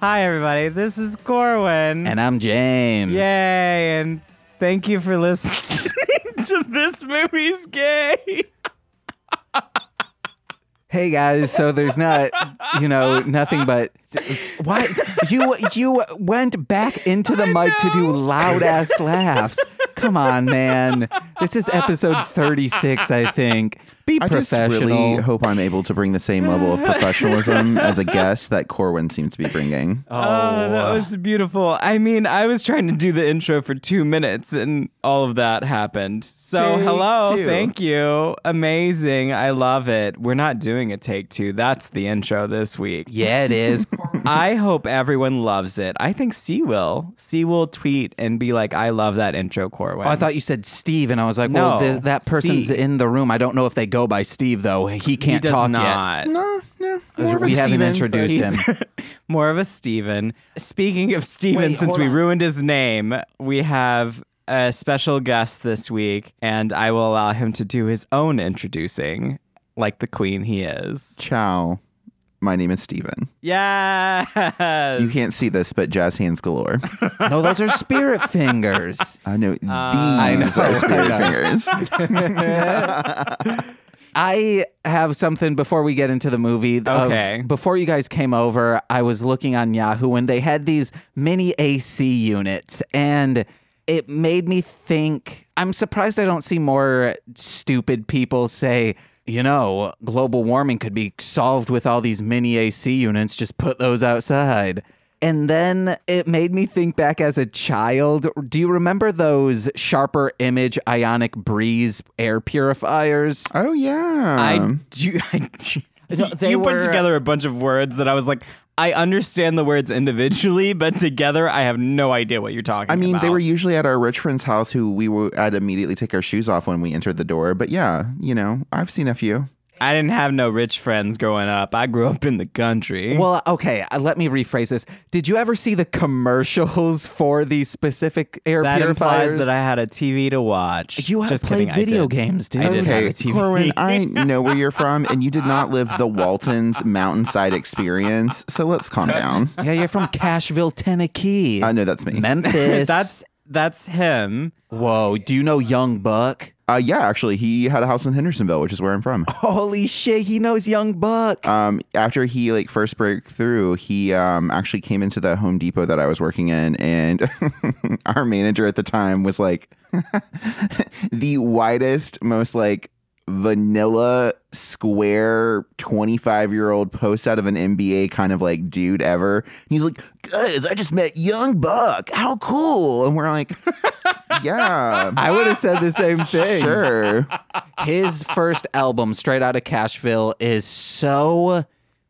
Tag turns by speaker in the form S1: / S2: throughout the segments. S1: Hi, everybody. This is Corwin.
S2: And I'm James.
S1: Yay. And thank you for listening to This Movie's Gay.
S2: Hey guys, so there's not, you know, nothing but why you you went back into the mic to do loud ass laughs. Come on, man. This is episode 36, I think. Be
S3: I just
S2: professional.
S3: really hope I'm able to bring the same level of professionalism as a guest that Corwin seems to be bringing.
S2: oh,
S1: Oh, that was beautiful. I mean, I was trying to do the intro for two minutes and all of that happened. So,
S2: Take
S1: hello.
S2: two.
S1: Thank you. Amazing. I love it. We're not doing a take two. That's the intro this week.
S2: yeah, it is. Oh,
S1: I hope everyone loves it. I think C will. C will tweet and be like, I love that intro, Corwin.
S2: Oh, I thought you said Steve, and I was like,
S1: No,
S2: well, th- that person's
S1: Steve.
S2: in the room. I don't know if they go by Steve though. He
S1: he
S2: can't
S1: does
S2: talk
S1: not.
S3: No, no,
S2: yet.
S3: Uh, more of a
S2: we haven't
S3: Steven,
S2: introduced him.
S1: He's more of a Steven. Speaking of Steven,
S2: Wait,
S1: since
S2: hold
S1: we
S2: on.
S1: ruined his name, we have a special guest this week, and I will allow him to do his own introducing, like the queen he is.
S3: but- Ciao. My name is Steven.
S1: Yes.
S3: You can't see this, but jazz hands galore.
S2: No, those are spirit fingers.
S3: I know these are
S2: Uh, I
S3: spirit
S2: know.
S3: fingers.
S2: I have something before we get into the movie. of-
S1: Okay.
S2: before you guys came over, I was looking on Yahoo and they had these mini AC units and it made me think I'm surprised I don't see more stupid people say, you know, global warming could be solved with all these mini AC units, just put those outside. And then it made me think back as a child. Do you remember those sharper image ionic breeze air purifiers?
S3: Oh
S1: I
S3: yeah.
S1: do. I do-
S2: No, they
S1: you
S2: were- uh,
S1: put together a bunch of words that I was like, I understand the words individually, but together I have no idea what you're talking
S3: I mean, they
S1: about.
S3: were usually at our rich friend's house, who we would I'd immediately take our shoes off when we entered the door. But yeah, you know, I've seen a few.
S1: I didn't have no rich friends growing up. I grew up in the country.
S2: Well, okay, uh, let me rephrase this. Did you ever see the commercials for these specific air
S1: that
S2: purifiers?
S1: implies that I had a TV to watch.
S2: you have
S1: Just
S2: played
S1: kidding, I
S2: video
S1: did.
S2: games, dude.
S1: I did have
S3: Okay,
S1: a TV.
S3: Corwin, I know where you're from, and you did not live the Waltons mountainside experience. So let's calm down.
S2: Yeah, you're from Cashville, Tennessee,
S3: I know that's me.
S2: Memphis.
S1: That's that's him.
S2: whoa. Do you know Young Buck?
S3: Uh, yeah, actually, he had a house in Hendersonville, which is where I'm from.
S2: Holy shit, he knows Young Buck.
S3: Um, after he like first broke through, he um, actually came into the Home Depot that I was working in, and our manager at the time was like the widest, most like vanilla square 25 year old post out of an MBA kind of like dude ever. And he's like, guys, I just met Young Buck. How cool! And we're like, yeah,
S2: I would have said the same thing.
S3: sure.
S2: His first album, Straight Out of Cashville, is so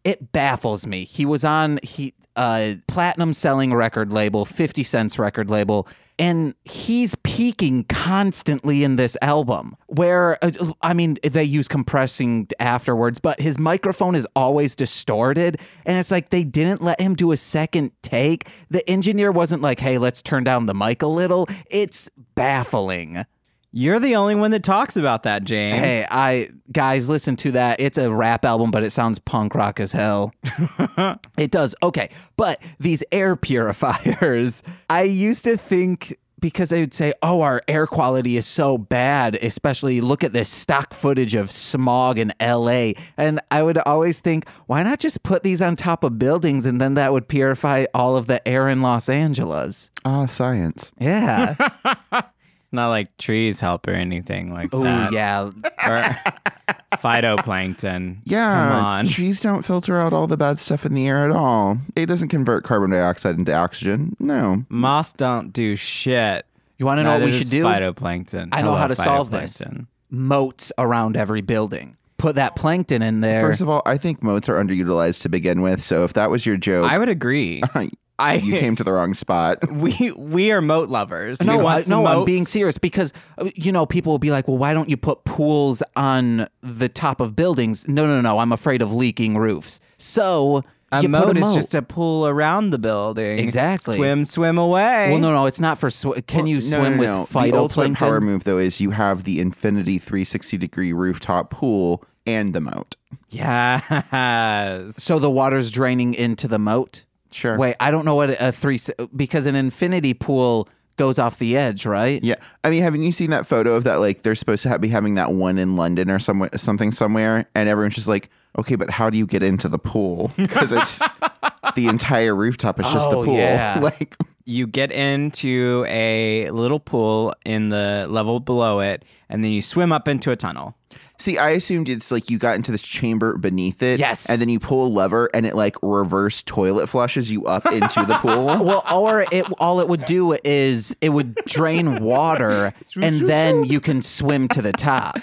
S2: it baffles me. He was on he uh platinum selling record label, 50 cents record label, and he's peaking constantly in this album. Where uh, I mean, they use compressing afterwards, but his microphone is always distorted, and it's like they didn't let him do a second take. The engineer wasn't like, "Hey, let's turn down the mic a little." It's baffling.
S1: You're the only one that talks about that, James.
S2: Hey, I guys, listen to that. It's a rap album, but it sounds punk rock as hell. it does. Okay, but these air purifiers, I used to think because they would say, "Oh, our air quality is so bad." Especially look at this stock footage of smog in L.A. And I would always think, why not just put these on top of buildings, and then that would purify all of the air in Los Angeles.
S3: Ah, science.
S2: Yeah.
S1: It's not like trees help or anything like
S2: oh
S1: that.
S2: yeah.
S1: Or phytoplankton.
S3: Yeah,
S1: Come on.
S3: trees don't filter out all the bad stuff in the air at all. It doesn't convert carbon dioxide into oxygen. No.
S1: Moss don't do shit.
S2: You want to know what
S1: Neither
S2: we
S1: does
S2: should do?
S1: Phytoplankton.
S2: I know
S1: Hello,
S2: how to solve this.
S1: phytoplankton.
S2: moats around every building. Put that plankton in there.
S3: First of all, I think moats are underutilized to begin with. So if that was your joke,
S1: I would agree. I
S3: you came to the wrong spot.
S1: we we are moat lovers. we
S2: no, I,
S1: want some
S2: no, I'm
S1: moats.
S2: being serious because uh, you know people will be like, "Well, why don't you put pools on the top of buildings?" No, no, no. I'm afraid of leaking roofs. So
S1: A
S2: you
S1: moat
S2: put a moat.
S1: is just a pool around the building.
S2: Exactly.
S1: Swim, swim away.
S2: well, no, no. It's not for. Sw- can you
S3: No,
S2: swim
S3: no,
S2: with
S3: no. The ultimate
S2: phytoplankton?
S3: power move, though, is you have the infinity 360 degree rooftop pool and the moat.
S1: Yes.
S2: so the water's draining into the moat.
S3: Sure.
S2: Wait, I don't know what a three because an infinity pool goes off the edge, right?
S3: Yeah, I mean, haven't you seen that photo of that? Like, they're supposed to ha- be having that one in London or somewhere, something somewhere, and everyone's just like, "Okay, but how do you get into the pool? Because it's the entire rooftop is just
S2: Oh,
S3: the pool.
S2: yeah.
S3: like,
S1: You get into a little pool in the level below it, and then you swim up into a tunnel.
S3: see, I assumed it's like you got into this chamber beneath it,
S2: Yes.
S3: and then you pull a lever and it like reverse toilet flushes you up into the pool.
S2: Well, or it all it would do is it would drain water, and then you can swim to the top.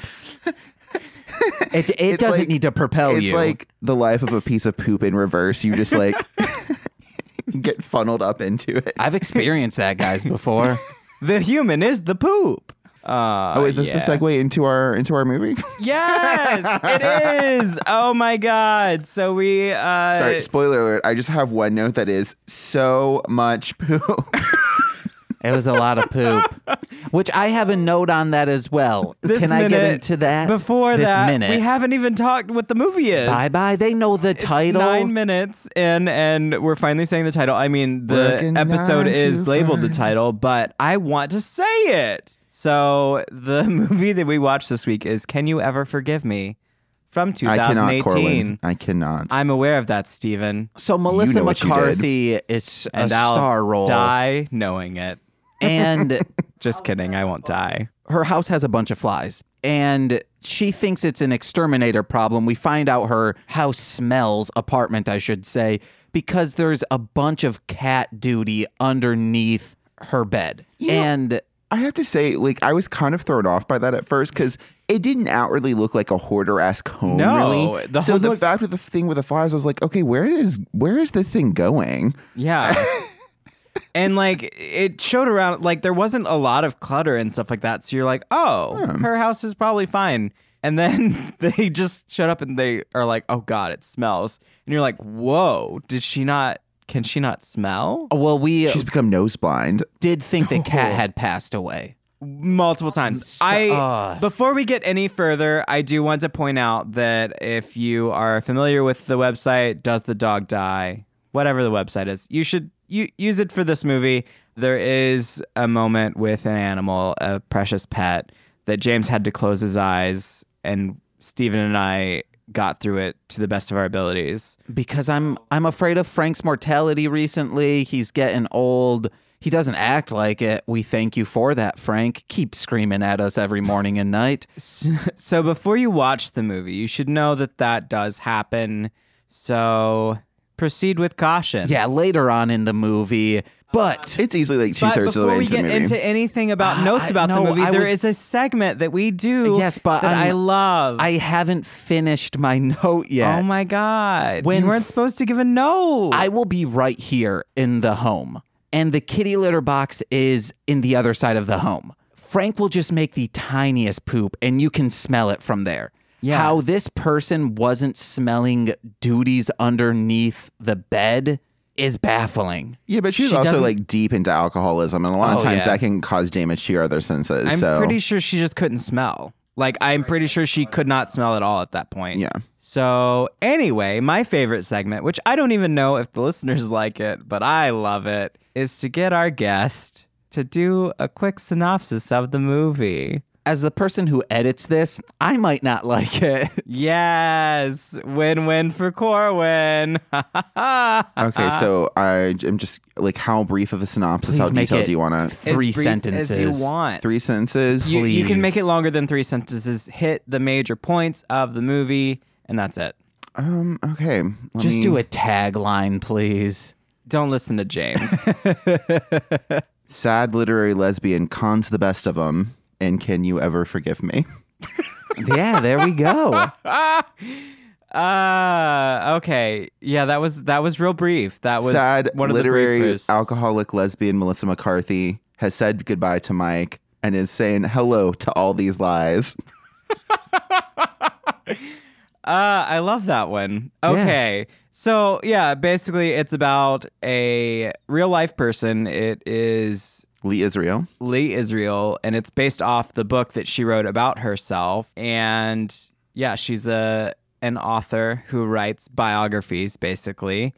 S2: It, it doesn't
S3: like-
S2: need to propel
S3: it's
S2: Oh, you.
S3: like the life of a piece of poop in reverse. You just like get funneled up into it.
S2: I've experienced that, guys, before.
S1: The human is the poop. Uh,
S3: Oh, is this
S1: yeah.
S3: the segue into our into our movie?
S1: Yes, it is. Oh my god! So we uh,
S3: Sorry, spoiler alert. I just have one note that is so much poo.
S2: It was a lot of poop, which I have a note on that as well.
S1: this
S2: can I get
S1: minute-
S2: into that
S1: Before
S2: this
S1: that,
S2: minute?
S1: we haven't even talked what the movie is.
S2: bye bye. They know the title.
S1: Nine minutes in, and we're finally saying the title. I mean, the
S3: Working
S1: episode
S3: nine to
S1: is labeled the
S3: five.
S1: title, but I want to say it. So the movie that we watched this week is "Can You Ever Forgive Me?" from
S3: I cannot,
S1: 2018.
S3: Corwin. I cannot.
S1: I'm aware of that, Stephen,
S2: So Melissa
S3: know what you did.
S2: McCarthy is a
S1: and I'll
S2: star role,
S1: die knowing it.
S2: and
S1: Just kidding, I won't die.
S2: her house has a bunch of flies and she thinks it's an exterminator problem. We find out her house smells, apartment, I should say, because there's a bunch of cat duty underneath her bed. and
S3: I have to say, like, I was kind of thrown off by that at first because it didn't outwardly look like a hoarder esque home.
S1: No,
S3: really.
S1: the
S3: so
S1: home
S3: the
S1: looked-
S3: fact with the thing with the flies, I was like, okay, where is where is this thing going?
S1: Yeah. and like it showed around like there wasn't a lot of clutter and stuff like that. So you're like, oh, her house is probably fine. And then they just showed up and they are like, oh God, it smells. And you're like, whoa, did she not can she not smell?
S2: well, we
S3: She's become nose blind.
S2: did think the cat had passed away.
S1: Multiple times. I
S2: ah.
S1: before we get any further, I do want to point out that if you are familiar with the website Does the Dog Die, whatever the website is, you should you, use it for this movie. There is a moment with an animal, a precious pet, that James had to close his eyes and Stephen and I got through it to the best of our abilities.
S2: because I'm I'm afraid of Frank's mortality recently. He's getting old. He doesn't act like it. We thank you for that, Frank. Keep screaming at us every morning and night.
S1: So before you watch the movie, you should know that that does happen. So proceed with caution.
S2: Yeah, later on in the movie, but
S3: It's easily like two
S1: But
S3: thirds of the
S1: before
S3: way
S1: we
S3: into the
S1: get
S3: movie.
S1: into anything about
S2: Ah,
S1: notes
S2: I-
S1: about
S2: no,
S1: the movie,
S2: I
S1: there
S2: was-
S1: is a segment that we do.
S2: Yes, but
S1: that I
S2: I'm-
S1: love.
S2: I haven't finished my note yet.
S1: oh my god!
S2: When
S1: you weren't
S2: f-
S1: supposed to give a note.
S2: I will be right here in the home. And the kitty litter box is in the other side of the home. Frank will just make the tiniest poop and you can smell it from there.
S1: Yes.
S2: How this person wasn't smelling duties underneath the bed is baffling.
S3: yeah, but she's
S2: She
S3: also
S2: doesn't-
S3: like deep into alcoholism, and a lot of
S2: Oh,
S3: times
S2: yeah.
S3: that can cause damage to your other senses.
S1: I'm
S3: so
S1: pretty sure she just couldn't smell. Like I'm pretty sure she could not smell at all at that point.
S3: yeah.
S1: So anyway, my favorite segment, which I don't even know if the listeners like it, but I love it, is to get our guest to do a quick synopsis of the movie.
S2: As the person who edits this, I might not like it.
S1: Yes, win-win for Corwin.
S3: Okay,
S1: Uh,
S3: so I am just like, how brief of a synopsis?
S2: Please
S3: How
S2: make
S3: detailed
S2: it
S3: do you want to?
S2: Three
S1: as brief
S2: sentences.
S1: As you want.
S3: Three sentences.
S1: you, you can
S2: please.
S1: make it longer than three sentences. Hit the major points of the movie, and that's it.
S3: Um. Okay. let
S2: Just
S3: me-
S2: do a tagline, please.
S1: Don't listen to James.
S3: Sad literary lesbian cons the best of them, and can you ever forgive me?
S2: yeah, there we go.
S1: uh, okay. Yeah, that was that was real brief. That was
S3: Sad
S1: one of
S3: literary
S1: the briefest.
S3: alcoholic lesbian Melissa McCarthy has said goodbye to Mike and is saying hello to all these lies.
S1: Uh, I love that one. Okay. So, yeah, basically it's about a real life person. It is
S3: Lee Israel.
S1: Lee Israel, and it's based off the book that she wrote about herself. And yeah, she's a an author who writes biographies, basically.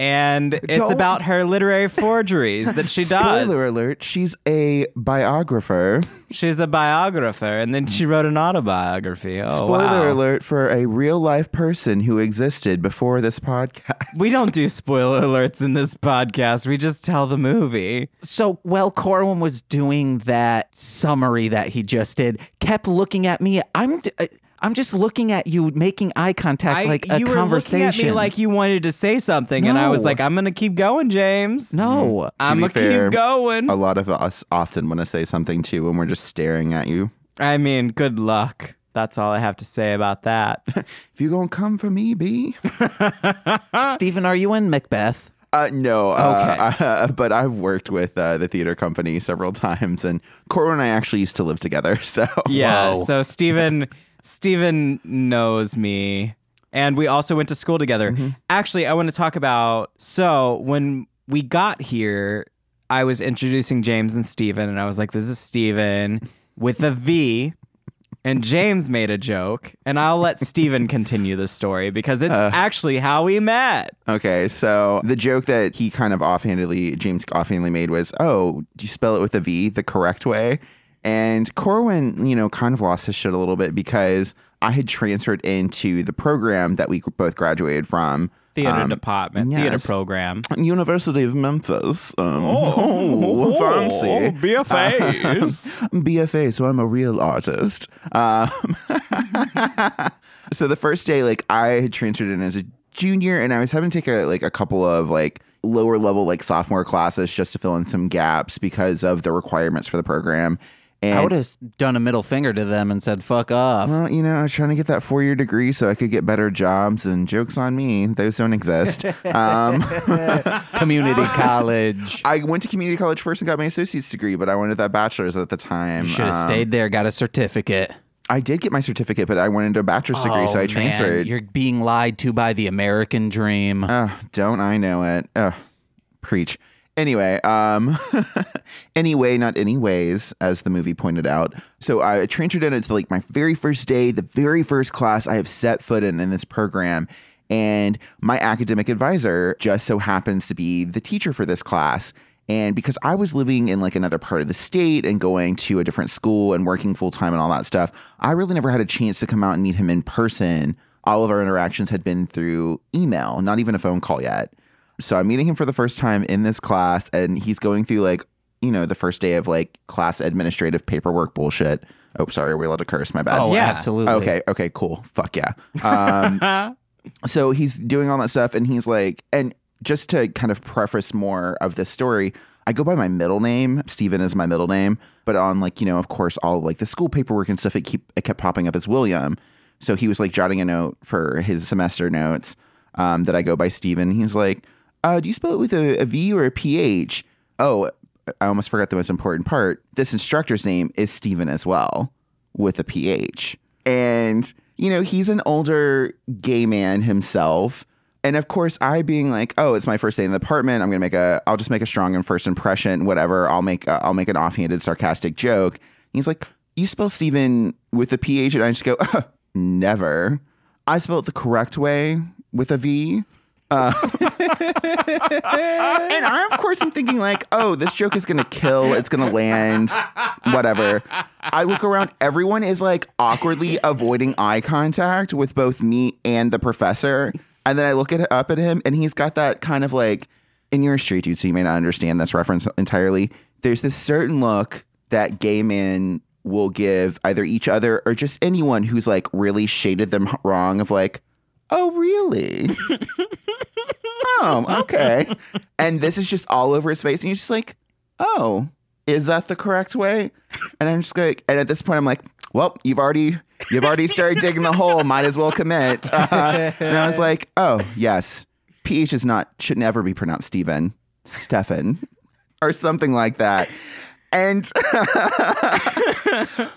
S1: and it's
S3: Don't-
S1: about her literary forgeries that she does.
S3: Spoiler alert, she's a biographer.
S1: She's a biographer, and then she wrote an autobiography. Oh,
S3: Spoiler
S1: wow.
S3: alert for a real life person who existed before this podcast.
S1: We don't do spoiler alerts in this podcast. We just tell the movie.
S2: So while Corwin was doing that summary that he just did, kept looking at me. I'm d- I- I'm just looking at you, making eye contact, like a
S1: you were
S2: conversation.
S1: looking at me like you wanted to say something, and I was
S2: No.
S1: like, "I'm gonna keep going, James.
S2: no, uh,
S1: I'm
S3: be
S1: gonna
S3: fair,
S1: keep going."
S3: a lot of us often want to say something too when we're just staring at you.
S1: I mean, good luck. That's all I have to say about that.
S3: If you gonna come for me, B.
S2: Stephen, are you in Macbeth?
S3: Uh, no. uh,
S2: Okay.
S3: uh, but I've worked with uh, the theater company several times, and Corwin and I actually used to live together. So
S1: Yeah.
S2: Whoa.
S1: So Steven Steven knows me. And we also went to school together.
S3: Mm-hmm.
S1: Actually, I want to talk about so when we got here, I was introducing James and Steven, and I was like, this is Steven with a V. And James made a joke, and I'll let Steven continue the story because it's
S3: Uh,
S1: actually how we met.
S3: Okay, so the joke that he kind of offhandedly, James offhandedly made was, oh, do you spell it with a V the correct way? And Corwin, you know, kind of lost his shit a little bit because I had transferred into the program that we both graduated from.
S1: Theater
S3: um,
S1: department, theater
S3: yes.
S1: program.
S3: University of Memphis. Um, oh, fancy.
S1: BFAs.
S3: BFA, so I'm a real artist. Um, so the first day, like I had transferred in as a junior, and I was having to take a, like a couple of like lower level like sophomore classes just to fill in some gaps because of the requirements for the program. And
S2: I would have done a middle finger to them and said, "Fuck off."
S3: well, you know, I was trying to get that four year degree so I could get better jobs, and jokes on me, those don't exist. um,
S2: Community college.
S3: I went to community college first and got my associate's degree, but I wanted that bachelor's at the time.
S2: Should have
S3: Um,
S2: stayed there, got a certificate.
S3: I did get my certificate, but I wanted a bachelor's degree, so
S2: Oh, man,
S3: I transferred.
S2: You're being lied to by the American dream.
S3: Oh, don't I know it? Oh, preach. Anyway, um, anyway, not anyways, as the movie pointed out. So I transferred in. It's like my very first day, the very first class I have set foot in in this program, and my academic advisor just so happens to be the teacher for this class. And because I was living in like another part of the state and going to a different school and working full time and all that stuff, I really never had a chance to come out and meet him in person. All of our interactions had been through email, not even a phone call yet. So I'm meeting him for the first time in this class, and he's going through like, you know, the first day of like class administrative paperwork bullshit. Oh, sorry, are we allowed to curse? My bad.
S2: oh,
S1: yeah.
S2: absolutely.
S3: Okay, okay, cool. Fuck yeah. Um, so he's doing all that stuff and he's like and just to kind of preface more of this story i go by my middle name steven is my middle name but on like you know of course all like the school paperwork and stuff it keep it kept popping up as william so he was like jotting a note for his semester notes um, that i go by steven he's like uh, do you spell it with a, a v or a ph oh i almost forgot the most important part this instructor's name is steven as well with a ph and you know he's an older gay man himself and of course i being like oh it's my first day in the apartment i'm gonna make a i'll just make a strong and first impression whatever i'll make a, i'll make an offhanded sarcastic joke And he's like you spell steven with a ph and i just go never i spell it the correct way with a v and I, of course, am thinking like, oh, this joke is gonna kill. It's gonna land, whatever. I look around. Everyone is like awkwardly avoiding eye contact with both me and the professor. And then I look at, up at him, and he's got that kind of like, and you're a straight dude, so you may not understand this reference entirely. There's this certain look that gay men will give either each other or just anyone who's like really shaded them wrong of like, oh, really? oh, okay. And this is just all over his face. And he's just like, oh, is that the correct way? And I'm just like, and at this point, I'm like, well, you've already, you've already started digging the hole. Might as well commit. Uh, and I was like, oh, yes. PH is not, should never be pronounced Stephen, Stefan, or something like that. And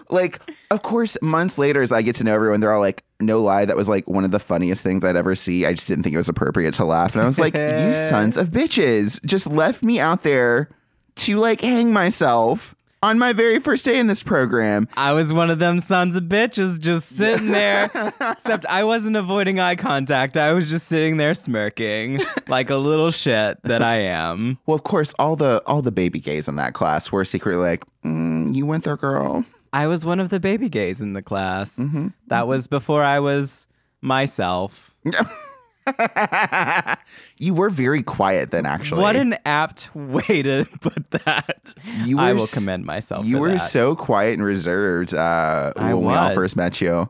S3: like, of course, months later, as I get to know everyone, they're all like, no lie, that was like one of the funniest things I'd ever see. I just didn't think it was appropriate to laugh. And I was like, you sons of bitches just left me out there to like hang myself. on my very first day in this program.
S1: I was one of them sons of bitches just sitting there, except I wasn't avoiding eye contact. I was just sitting there smirking like a little shit that I am.
S3: Well, of course, all the all the baby gays in that class were secretly like, mm, "You went there, girl."
S1: I was one of the baby gays in the class.
S3: Mm-hmm,
S1: That was before I was myself.
S3: you were very quiet then, actually.
S1: What an apt way to put that.
S3: You
S1: I
S3: were
S1: will
S3: s-
S1: commend myself.
S3: you
S1: Oh, for
S3: were
S1: that.
S3: so quiet and reserved uh,
S1: I
S3: when we all
S1: was.
S3: first met you,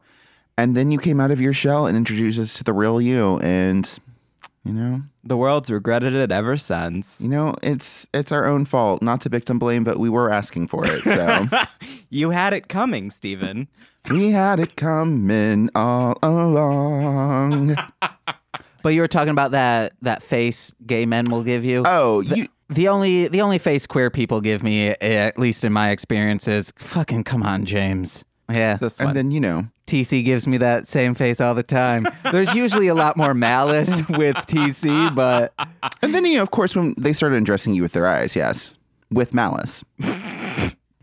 S3: and then you came out of your shell and introduced us to the real you, and you know,
S1: the world's regretted it ever since.
S3: you know, it's it's our own fault, not to victim blame, but we were asking for it, so
S1: you had it coming, Stephen.
S3: we had it coming all along.
S2: But you were talking about that that face gay men will give you.
S3: Oh, you.
S2: the only the only face queer people give me, at least in my experience, is fucking come on, James. Yeah,
S1: This one.
S3: And then you know,
S2: TC gives me that same face all the time. There's usually a lot more malice with TC, but
S3: and then you know, of course, when they started addressing you with their eyes, yes, with malice.
S2: you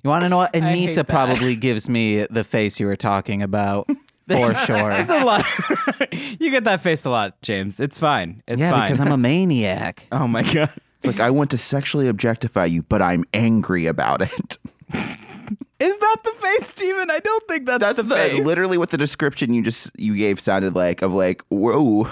S2: want to know what?
S1: hate
S2: Anissa
S1: that.
S2: probably gives me the face you were talking about for sure.
S1: It's a lot. you get that face a lot, James. It's fine. It's
S2: Yeah,
S1: fine.
S2: because I'm a maniac.
S1: oh my god.
S3: It's like I want to sexually objectify you, but I'm angry about it.
S1: Is that the face, Steven? I don't think that's,
S3: That's
S1: the,
S3: the,
S1: face.
S3: literally what the description you just you gave sounded like of like whoa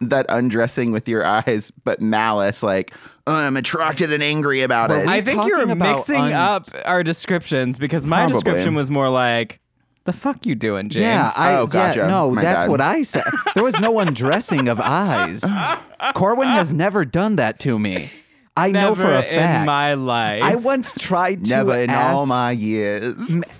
S3: that undressing with your eyes but malice like I'm attracted and angry about
S2: Well,
S3: it.
S1: I
S2: you
S1: think you're
S2: talking about
S1: mixing
S2: un-
S1: up our descriptions because my
S3: Probably.
S1: description was more like, "The fuck you doing, James?"
S2: Yeah, I,
S3: Oh,
S2: yeah,
S3: gotcha.
S2: no,
S3: My
S2: that's
S3: bad.
S2: what I said. There was no one dressing of eyes. Corwin has never done that to me. I know
S1: never
S2: for a
S1: in
S2: fact.
S1: my life.
S2: I once tried to
S3: Never in
S2: ask,
S3: all my years.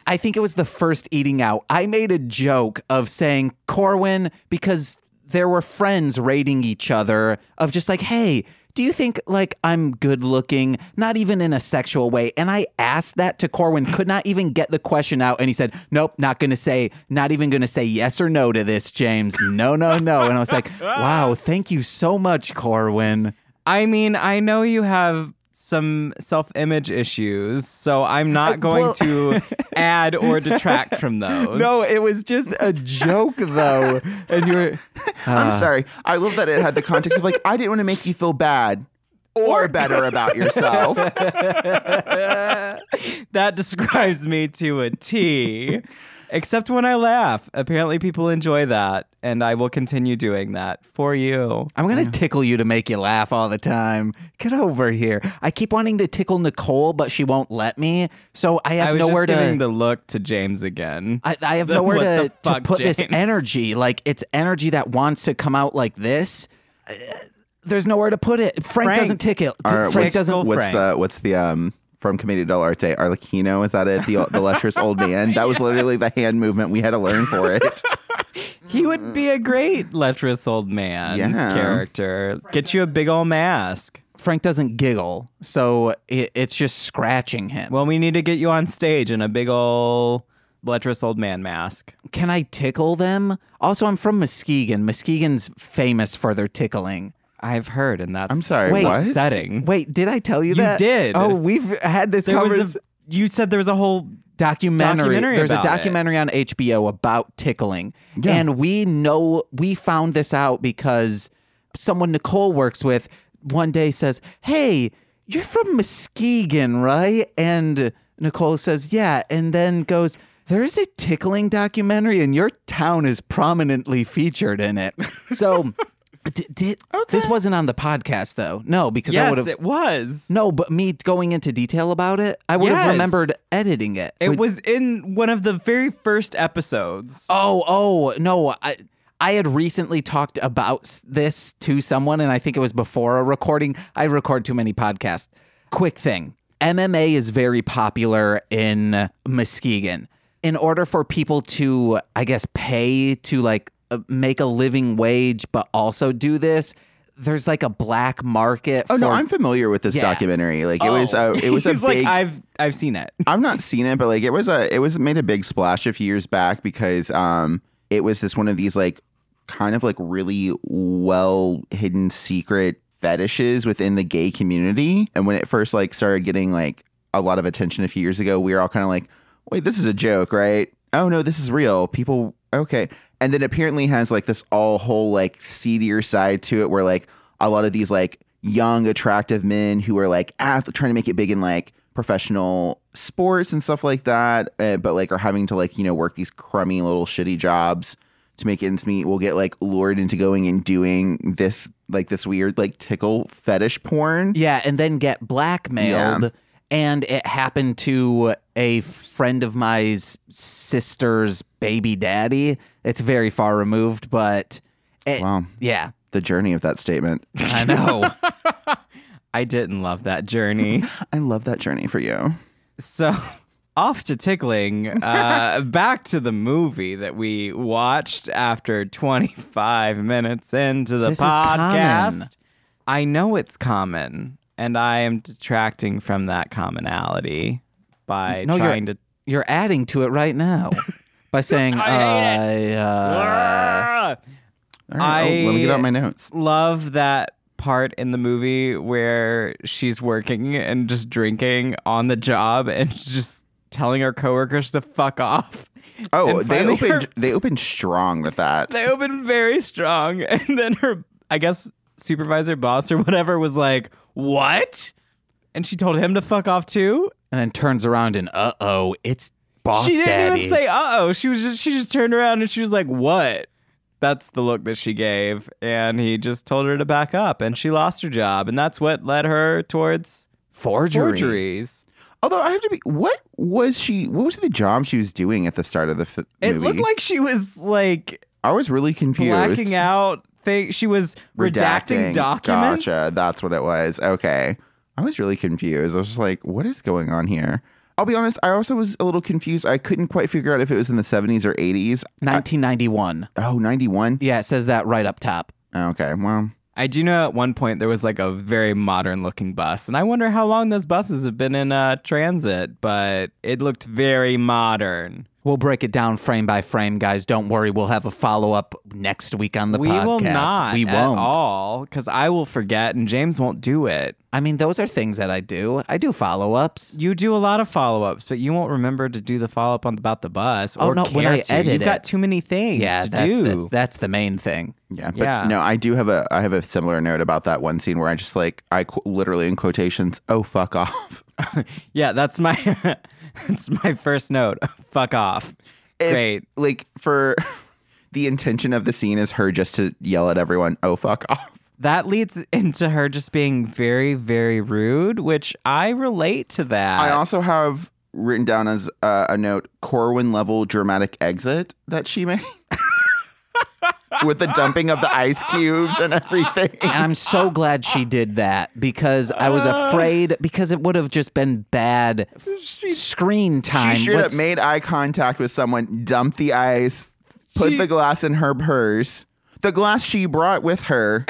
S2: I think it was the first eating out. I made a joke of saying Corwin because there were friends rating each other of just like, hey, do you think like I'm good looking? Not even in a sexual way. And I asked that to Corwin, could not even get the question out, and he said, Nope, not gonna say, not even gonna say yes or no to this, James. No, no, no. And I was like, Wow, thank you so much, Corwin.
S1: I mean, I know you have some self-image issues, so I'm not going
S2: Uh,
S1: to
S2: well-
S1: add or detract from those.
S2: No, it was just a joke though. And you were
S3: I'm sorry. I love that it had the context of like I didn't want to make you feel bad or better about yourself.
S1: that describes me to a T. Except when I laugh. Apparently, people enjoy that, and I will continue doing that for you.
S2: I'm gonna tickle you to make you laugh all the time. Get over here. I keep wanting to tickle Nicole, but she won't let me. So I
S1: I
S2: have
S1: was
S2: nowhere
S1: just giving
S2: to.
S1: the look to James again.
S2: I, I have
S1: the-
S2: nowhere
S1: what
S2: to,
S1: the
S2: to
S1: fuck,
S2: put this
S1: James.
S2: energy. Like it's energy that wants to come out like this. Uh, There's nowhere to put it. Frank,
S1: Frank.
S2: doesn't tickle.
S3: All right,
S2: Frank
S3: what's,
S2: doesn't.
S1: Frank.
S3: what's the what's the um from Commedia dell'arte Arlecchino? Is that it? The the lecherous old man. That was literally the hand movement we had to learn for it.
S1: he would be a great lecherous old man
S3: Yeah.
S1: character. Get you a big old mask.
S2: Frank doesn't giggle, so it, it's just scratching him.
S1: Well, we need to get you on stage in a big old lecherous old man mask.
S2: Can I tickle them? Also, I'm from Muskegon. Muskegon's famous for their tickling.
S1: I've heard, and that's
S3: I'm sorry.
S2: Wait,
S3: what?
S1: upsetting.
S2: Wait, did I tell you, that?
S1: did.
S2: Oh, we've had this
S1: There was a-
S2: conversation.
S1: you said there was a whole
S2: Documentary.
S1: documentary
S2: There's a
S1: about it.
S2: documentary on HBO about tickling.
S3: Yeah.
S2: And we know, we found this out because someone Nicole works with one day says, Hey, you're from Muskegon, right? And Nicole says, Yeah. And then goes, There's a tickling documentary and your town is prominently featured in it. So. d- Did, This wasn't on the podcast though. No, because I would
S1: Yes,
S2: have
S1: it was.
S2: No, but me going into detail about it, I would have
S1: Yes.
S2: remembered editing it.
S1: It was in one of the very first episodes.
S2: oh, oh, no. I I had recently talked about s- this to someone and I think it was before a recording. I record too many podcasts. Quick thing. MMA is very popular in Muskegon. In order for people to, I guess, pay to like uh, make a living wage but also do this, there's like a black market
S3: Oh no,
S2: for
S3: I'm familiar with this
S2: Yeah.
S3: documentary. Like it was
S2: Oh.
S3: a it was a
S1: He's like,
S3: big
S1: I've I've seen it.
S3: I've not seen it, but like it was a it was made a big splash a few years back because um it was this one of these like kind of like really well hidden secret fetishes within the gay community. And when it first like started getting like a lot of attention a few years ago, we were all kind of like, wait, this is a joke, right? Oh no, this is real. People, okay. And then apparently has like this all whole like seedier side to it where like a lot of these like young, attractive men who are like ath- trying to make it big in like professional sports and stuff like that, uh, but like are having to like, you know, work these crummy little shitty jobs to make ends meet will get like lured into going and doing this like this weird like tickle fetish porn.
S2: Yeah, and then get blackmailed.
S3: Yeah.
S2: And it happened to a friend of my s- sister's baby daddy. It's very far removed, but it,
S3: Wow,
S2: yeah,
S3: the journey of that statement.
S2: I know.
S1: I didn't love that journey.
S3: I love that journey for you.
S1: so off to tickling uh, back to the movie that we watched after 25 minutes into the
S2: This is
S1: podcast
S2: common.
S1: i know it's common and i am detracting from that commonality by
S2: No, you're-
S1: trying to
S2: You're adding to it right now by saying,
S1: I
S2: uh, uh,
S3: All right, oh, let me get
S1: I-
S3: out my notes.
S1: love that part in the movie where she's working and just drinking on the job and just telling her coworkers to fuck off.
S3: Oh,
S1: And
S3: they
S1: finally
S3: opened
S1: her-
S3: they opened strong with that.
S1: they opened very strong, and then her, I guess, supervisor, boss, or whatever, was like, "What?" And she told him to fuck off too.
S2: and then turns around and uh oh, it's boss
S1: she didn't
S2: daddy.
S1: even say, "Uh oh." She was just, she just turned around and she was like, "What?" That's the look that she gave, and he just told her to back up, and she lost her job, and that's what led her towards
S2: forgery.
S1: forgeries.
S3: Although I have to be, what was she? What was the job she was doing at the start of the f-
S1: It
S3: movie?
S1: looked like she was like
S3: I was really confused.
S1: blacking out. Thing she was redacting, documents.
S3: Gotcha. That's what it was. Okay. I was really confused. I was just like, what is going on here? I'll be honest. I also was a little confused. I couldn't quite figure out if it was in the 70s or 80s.
S2: 1991.
S3: Oh, 91?
S2: Yeah, it says that right up top.
S3: Okay. Well,
S1: I do know at one point there was like a very modern looking bus, and I wonder how long those buses have been in uh, transit, but it looked very modern.
S2: We'll break it down frame by frame, guys. Don't worry. We'll have a follow up next week on the
S1: we
S2: podcast.
S1: will not
S2: We
S1: at
S2: won't.
S1: all because I will forget, and James won't do it.
S2: I mean, those are things that I do. I do follow ups.
S1: You do a lot of follow ups, but you won't remember to do the follow up on about the bus.
S2: Oh,
S1: or
S2: no, when
S1: care
S2: I
S1: to.
S2: edit
S1: you've
S2: it.
S1: got too many things
S2: Yeah,
S1: to
S2: that's,
S1: do.
S2: that's that's the main thing.
S3: yeah. But
S1: Yeah.
S3: no, I do have a I have a similar note about that one scene where I just like I qu- literally in quotations, "Oh fuck off."
S1: Yeah, that's my that's my first note. Fuck off.
S3: If,
S1: Great.
S3: Like for the intention of the scene is her just to yell at everyone, "Oh fuck off."
S1: That leads into her just being very, very rude, which I relate to that.
S3: I also have written down as uh, a note Corwin level dramatic exit that she made with the dumping of the ice cubes and everything.
S2: And I'm so glad she did that because I was afraid because it would have just been bad screen time.
S3: She straight up
S2: What's-
S3: made eye contact with someone, dumped the ice, put
S1: She-
S3: the glass in her purse, the glass she brought with her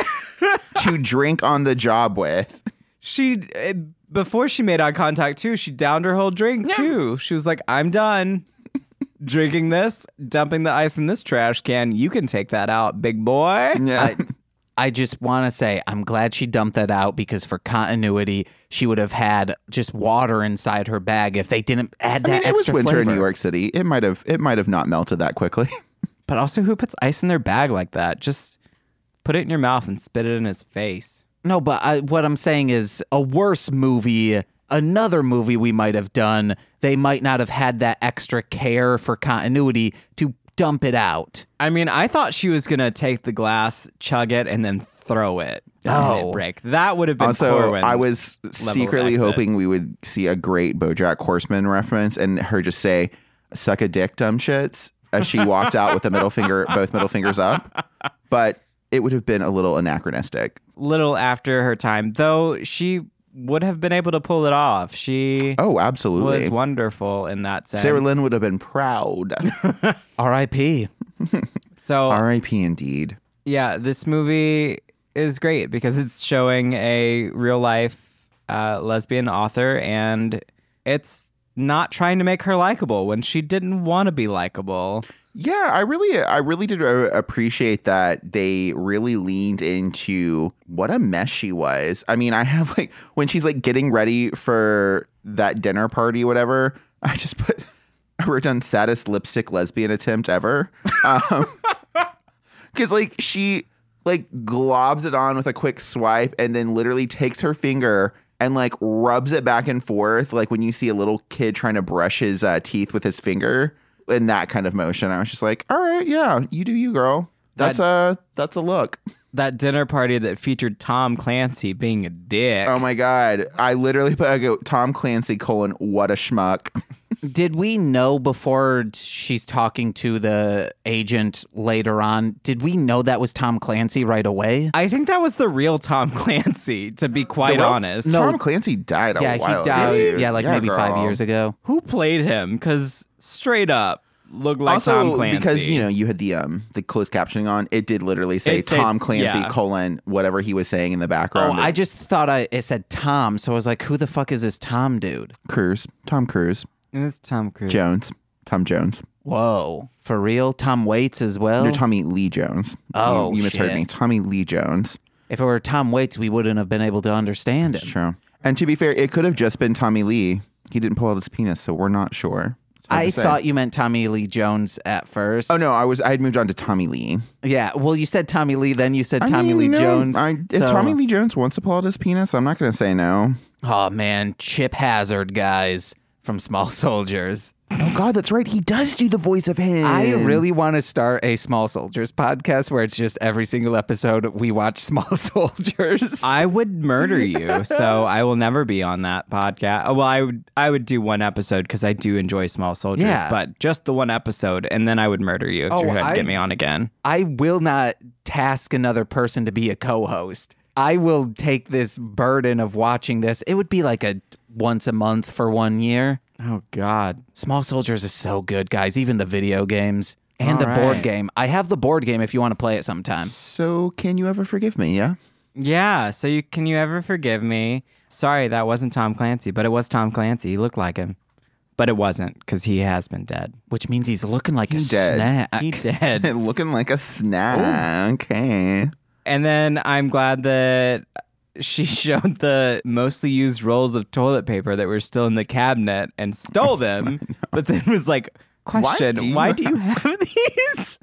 S3: to drink on the job with.
S1: she uh, before she made eye contact too, she downed her whole drink too. She was like, "I'm done drinking this, dumping the ice in this trash can. You can take that out, big boy."
S3: Yeah.
S2: I just want to say I'm glad she dumped that out because for continuity, she would have had just water inside her bag if they didn't add that
S3: I mean, it was
S2: extra
S3: winter in
S2: flavor.
S3: New York City. It might have it might have not melted that quickly.
S1: But also, who puts ice in their bag like that? Just put it in your mouth and spit it in his face.
S2: No, but I, what I'm saying is a worse movie, another movie we might have done. They might not have had that extra care for continuity to dump it out.
S1: I mean, I thought she was gonna take the glass, chug it, and then throw it. down in
S2: Oh.
S1: a break. That would have been
S3: Also,
S1: Corwin.
S3: I was
S1: level
S3: secretly
S1: exit.
S3: hoping we would see a great BoJack Horseman reference and her just say "suck a dick, dumb shits" as she walked out with the middle finger, both middle fingers up. But it would have been a little anachronistic.
S1: little after her time, though she would have been able to pull it off. She
S3: Oh,
S1: was
S3: absolutely.
S1: wonderful in that sense.
S3: Sarah Lynn would have been proud.
S2: R.I.P.
S1: So
S3: R.I.P. Indeed.
S1: yeah, this movie is great because it's showing a real life uh, lesbian author, and it's not trying to make her likable when she didn't want to be likable.
S3: Yeah, I really, I really did uh, appreciate that they really leaned into what a mess she was. I mean, I have like when she's like getting ready for that dinner party, whatever. I just put, I wrote down saddest lipstick lesbian attempt ever, because like she like globs it on with a quick swipe and then literally takes her finger and like rubs it back and forth, like when you see a little kid trying to brush his uh, teeth with his finger in that kind of motion. I was just like, all right, yeah, you do you, girl. That's a that's a look.
S1: That dinner party that featured Tom Clancy being a dick.
S3: Oh my god, I literally put I go Tom Clancy colon what a schmuck.
S2: Did we know before she's talking to the agent later on? Did we know that was Tom Clancy right away?
S1: I think that was the real Tom Clancy, to be quite
S3: real-
S1: honest.
S3: Tom Clancy died a
S2: yeah,
S3: while
S2: he
S3: ago,
S2: died.
S3: dude.
S2: Yeah, like maybe five
S3: girl.
S2: years ago.
S1: Who played him? Because straight up, looked like
S3: also,
S1: Tom Clancy.
S3: because you know you had the um the closed captioning on, it did literally say
S1: It said-
S3: Tom Clancy
S1: yeah.
S3: colon whatever he was saying in the
S2: Oh,
S3: background.
S2: I just thought I it said Tom, so I was like, who the fuck is this Tom dude?
S3: Cruise, Tom Cruise,
S1: it was Tom Cruise.
S3: Jones, Tom Jones.
S2: Whoa, for real? Tom Waits as well.
S3: No, Tommy Lee Jones.
S2: Oh,
S3: you, you misheard
S2: shit.
S3: me. Tommy Lee Jones.
S2: if it were Tom Waits, we wouldn't have been able to understand
S3: It's
S2: him.
S3: true. And to be fair, it could have just been Tommy Lee. He didn't pull out his penis, so we're not sure. It's hard
S2: I
S3: to say.
S2: thought you meant Tommy Lee Jones at first.
S3: Oh no, I was I had moved on to Tommy Lee.
S2: Yeah, well, you said Tommy Lee, then you said
S3: I
S2: Tommy
S3: mean,
S2: Lee
S3: no,
S2: Jones.
S3: I, if
S2: so-
S3: Tommy Lee Jones wants to pull out his penis, I'm not going to say no.
S2: Oh man, Chip Hazard guys from Small Soldiers.
S3: Oh God, that's right. He does do the voice of him.
S2: I really want to start a Small Soldiers podcast where it's just every single episode we watch Small Soldiers.
S1: I would murder you, so I will never be on that podcast. Oh, Well, I would I would do one episode because I do enjoy Small Soldiers,
S2: Yeah.
S1: but just the one episode, and then I would murder you if
S2: Oh,
S1: you tried
S2: I-
S1: to get me on again.
S2: I will not task another person to be a co-host. I will take this burden of watching this. It would be like a once a month for one year.
S1: Oh God,
S2: Small Soldiers is so good, guys. Even the video games and the
S1: All right.
S2: board game. I have the board game if you want to play it sometime.
S3: So can you ever forgive me? Yeah.
S1: yeah. So you can you ever forgive me? Sorry, that wasn't Tom Clancy, but it was Tom Clancy. He looked like him, but it wasn't because he has been dead.
S2: Which means he's looking like a
S3: He dead.
S2: snack.
S1: He dead.
S3: Looking like a snack. Okay.
S1: And then I'm glad that she showed the mostly used rolls of toilet paper that were still in the cabinet and stole them, but then was like, question, why
S3: do
S1: do you,
S3: you
S1: have these?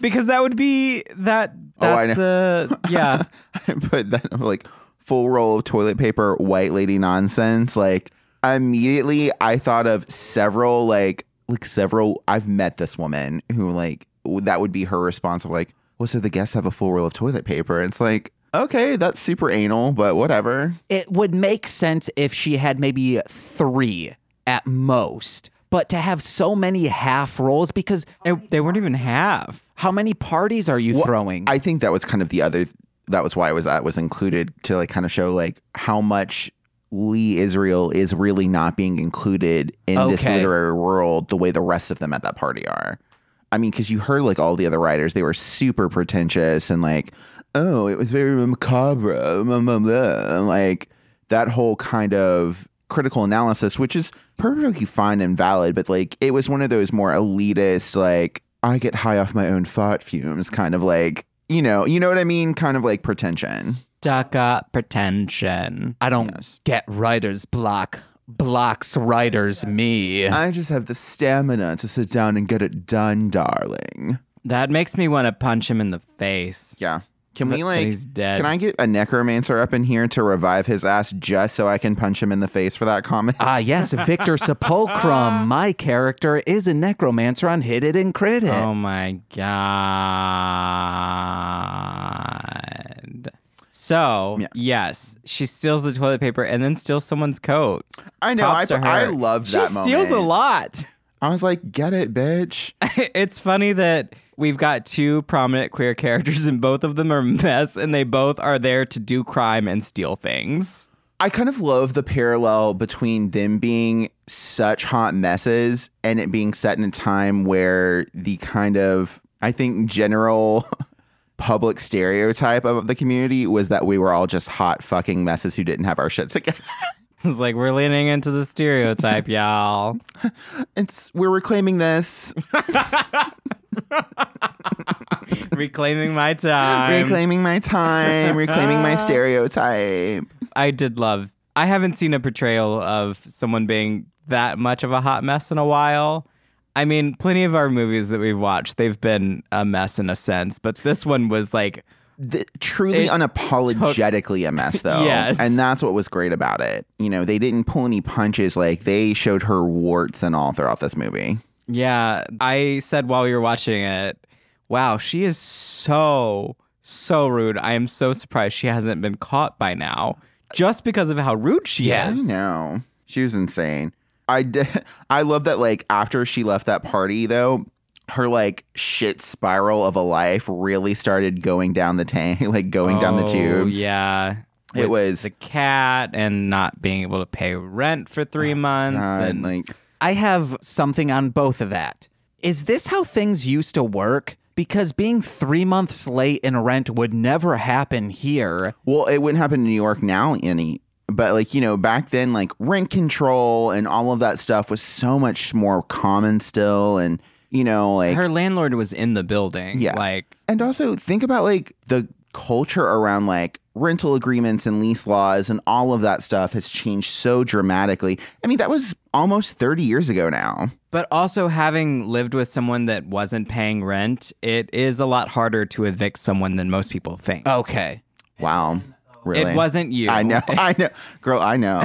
S1: because that would be that
S3: Oh, I
S1: that's uh yeah.
S3: I put that like full roll of toilet paper, white lady nonsense. Like immediately, I thought of several like like several. I've met this woman who like w- that would be her response of like, "Well, so the guests have a full roll of toilet paper." And it's like, okay, that's super anal, but whatever.
S2: It would make sense if she had maybe three at most. But to have so many half rolls, because
S1: It- they weren't even half.
S2: how many parties are you throwing?
S3: I think that was kind of the other. That was why I was that was included to like kind of show like how much Lee Israel is really not being included in this
S2: Okay.
S3: literary world the way the rest of them at that party are. I mean, because you heard like all the other writers, they were super pretentious and like, oh, it was very macabre, blah, blah, blah. like that whole kind of critical analysis, which is perfectly fine and valid, but like it was one of those more elitist, like I get high off my own fart fumes, kind of like you know, you know what I mean, kind of like pretension.
S1: Stuck up pretension.
S2: I don't
S3: Yes.
S2: get writer's block. Blocks writers me.
S3: I just have the stamina to sit down and get it done, darling.
S1: That makes me want to punch him in the face.
S3: Yeah. Can
S1: But-
S3: we
S1: but
S3: like?
S1: he's dead.
S3: Can I get a necromancer up in here to revive his ass just so I can punch him in the face for that comment?
S1: Uh,
S2: Ah, yes, Victor Sepulchrum, my character, is a necromancer on Hit It and Crit It.
S1: Oh my god. So,
S3: Yeah.
S1: yes, she steals the toilet paper and then steals someone's coat.
S3: I know. I,
S1: Props to her.
S3: I loved
S1: She
S3: that moment.
S1: steals a lot.
S3: I was like, get it, bitch.
S1: it's funny that we've got two prominent queer characters and both of them are mess and they both are there to do crime and steal things.
S3: I kind of love the parallel between them being such hot messes and it being set in a time where the kind of, I think, general public stereotype of the community was that we were all just hot fucking messes who didn't have our shit together.
S1: It's like we're leaning into the stereotype, y'all.
S3: It's we're reclaiming this,
S1: Reclaiming my time.
S3: reclaiming my time, reclaiming my stereotype.
S1: I did love. I haven't seen a portrayal of someone being that much of a hot mess in a while. I mean, plenty of our movies that we've watched, they've been a mess in a sense, but this one was like
S3: the, truly
S1: It-
S3: unapologetically a mess though
S1: Yes.
S3: and that's what was great about it you know they didn't pull any punches like they showed her warts and all throughout this movie
S1: Yeah, I said while we were watching it, wow, she is so, so rude. I am so surprised she hasn't been caught by now just because of how rude she
S3: i
S1: is.
S3: know she was insane i did, i love that like after she left that party though her like shit spiral of a life really started going down the tank like going down the
S1: Oh,
S3: tubes
S1: Yeah.
S3: it was
S1: The cat and not being able to pay rent for three months.
S3: Oh, God,
S1: and
S3: like
S2: I have something on both of that. Is this how things used to work? Because being three months late in rent would never happen here.
S3: Well, it wouldn't happen in New York now any. But like, you know, back then like rent control and all of that stuff was so much more common still and you know, like
S1: her landlord was in the building.
S3: Yeah.
S1: Like,
S3: and also think about like the culture around like rental agreements and lease laws and all of that stuff has changed so dramatically. I mean, that was almost 30 years ago now.
S1: But also, having lived with someone that wasn't paying rent, it is a lot harder to evict someone than most people think.
S2: Okay.
S3: Wow. Oh, Really?
S1: It wasn't you.
S3: I know. I know. Girl, I know.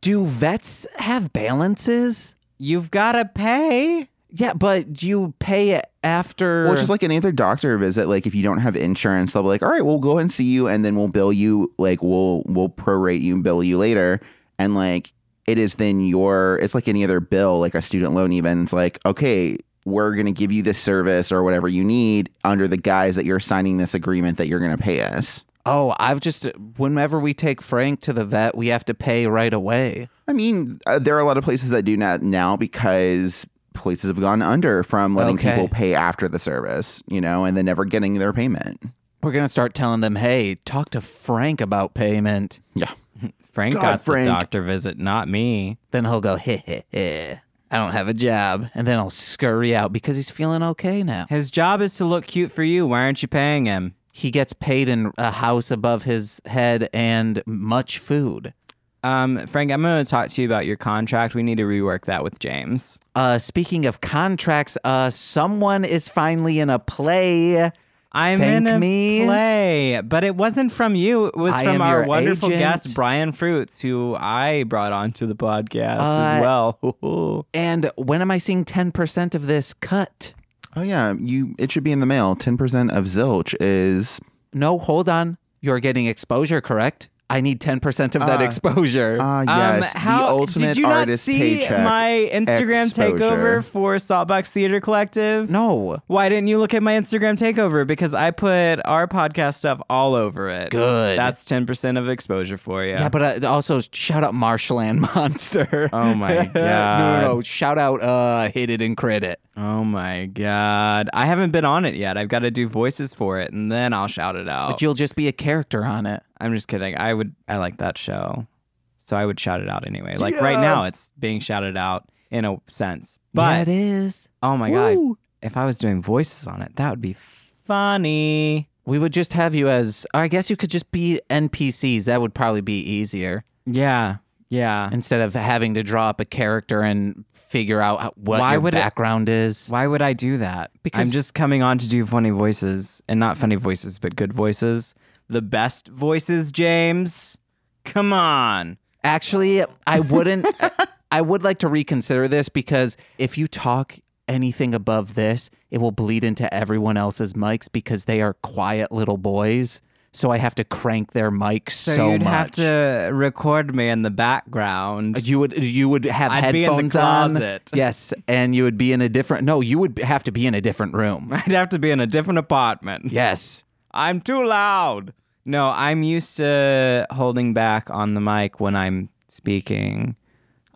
S2: Do vets have balances?
S1: You've got to pay.
S2: Yeah, but you pay it after.
S3: Well, it's just like any other doctor visit, like if you don't have insurance, they'll be like, "All right, we'll go and see you, and then we'll bill you. Like we'll we'll prorate you and bill you later." And like it is then your it's like any other bill, like a student loan. Even it's like, okay, we're gonna give you this service or whatever you need under the guise that you're signing this agreement that you're gonna pay us.
S2: oh, I've just. Whenever we take Frank to the vet, we have to pay right away.
S3: I mean, uh, there are a lot of places that do not now because places have gone under from letting
S2: Okay.
S3: people pay after the service, you know, and then never getting their payment.
S2: We're going to start telling them, hey, talk to Frank about payment.
S3: Yeah.
S1: Frank
S3: God,
S1: got
S3: Frank.
S1: the doctor visit, not me.
S2: Then he'll go, heh, heh, heh. I don't have a job. And then I'll scurry out because he's feeling okay now.
S1: His job is to look cute for you. Why aren't you paying him?
S2: He gets paid in a house above his head and much food.
S1: Um, Frank, I'm going to talk to you about your contract. We need to rework that with James.
S2: Uh, speaking of contracts, uh, someone is finally in a play.
S1: I'm
S2: Thank
S1: in a
S2: me.
S1: play, but it wasn't from you. It was
S2: I
S1: from
S2: am
S1: our
S2: your
S1: wonderful
S2: agent.
S1: guest, Brian Fruits, who I brought onto the podcast as
S2: Uh,
S1: well.
S2: And when am I seeing 10% of this cut?
S3: Oh yeah, you. It should be in the mail. Ten percent of zilch is
S2: No, hold on. You're getting exposure, correct? I need 10% of that
S1: Uh,
S2: exposure.
S3: ah yes, the ultimate
S1: Um, did you not
S3: artist
S1: see
S3: paycheck.
S1: my Instagram
S3: exposure.
S1: takeover for Saltbox Theater Collective?
S2: no.
S1: Why didn't you look at my Instagram takeover? Because I put our podcast stuff all over it.
S2: Good.
S1: That's ten percent of exposure for you.
S2: Yeah, but uh, also shout out Marshland Monster.
S1: Oh my
S2: no, no,
S1: god.
S2: no. Shout out uh, Hit It and Credit.
S1: Oh my god. I haven't been on it yet. I've got to do voices for it, and then I'll shout it out.
S2: But you'll just be a character on it.
S1: I'm just kidding. I would. I like that show, so I would shout it out anyway. Like right
S2: Yeah.
S1: now, it's being shouted out in a sense. But
S2: yeah, it is.
S1: oh my god,
S2: Woo.
S1: if I was doing voices on it, that would be funny.
S2: We would just have you as, or I guess you could just be NPCs. That would probably be easier
S1: Yeah, yeah.
S2: instead of having to draw up a character and figure out how- what
S1: Why
S2: your
S1: would it-
S2: background is.
S1: Why would I do that?
S2: Because-
S1: I'm just coming on to do funny voices and not funny voices, but good voices. The best voices, James. Come on.
S2: Actually, I wouldn't. I would like to reconsider this because if you talk anything above this, it will bleed into everyone else's mics because they are quiet little boys. So I have to crank their mics so,
S1: So, you'd have
S2: much.
S1: to record me in the background.
S2: You would you would have
S1: I'd be in the
S2: headphones
S1: closet.
S2: on. Yes, and you would be in a different. No, you would have to be in a different room.
S1: I'd have to be in a different apartment.
S2: Yes.
S1: I'm too loud. No, I'm used to holding back on the mic when I'm speaking.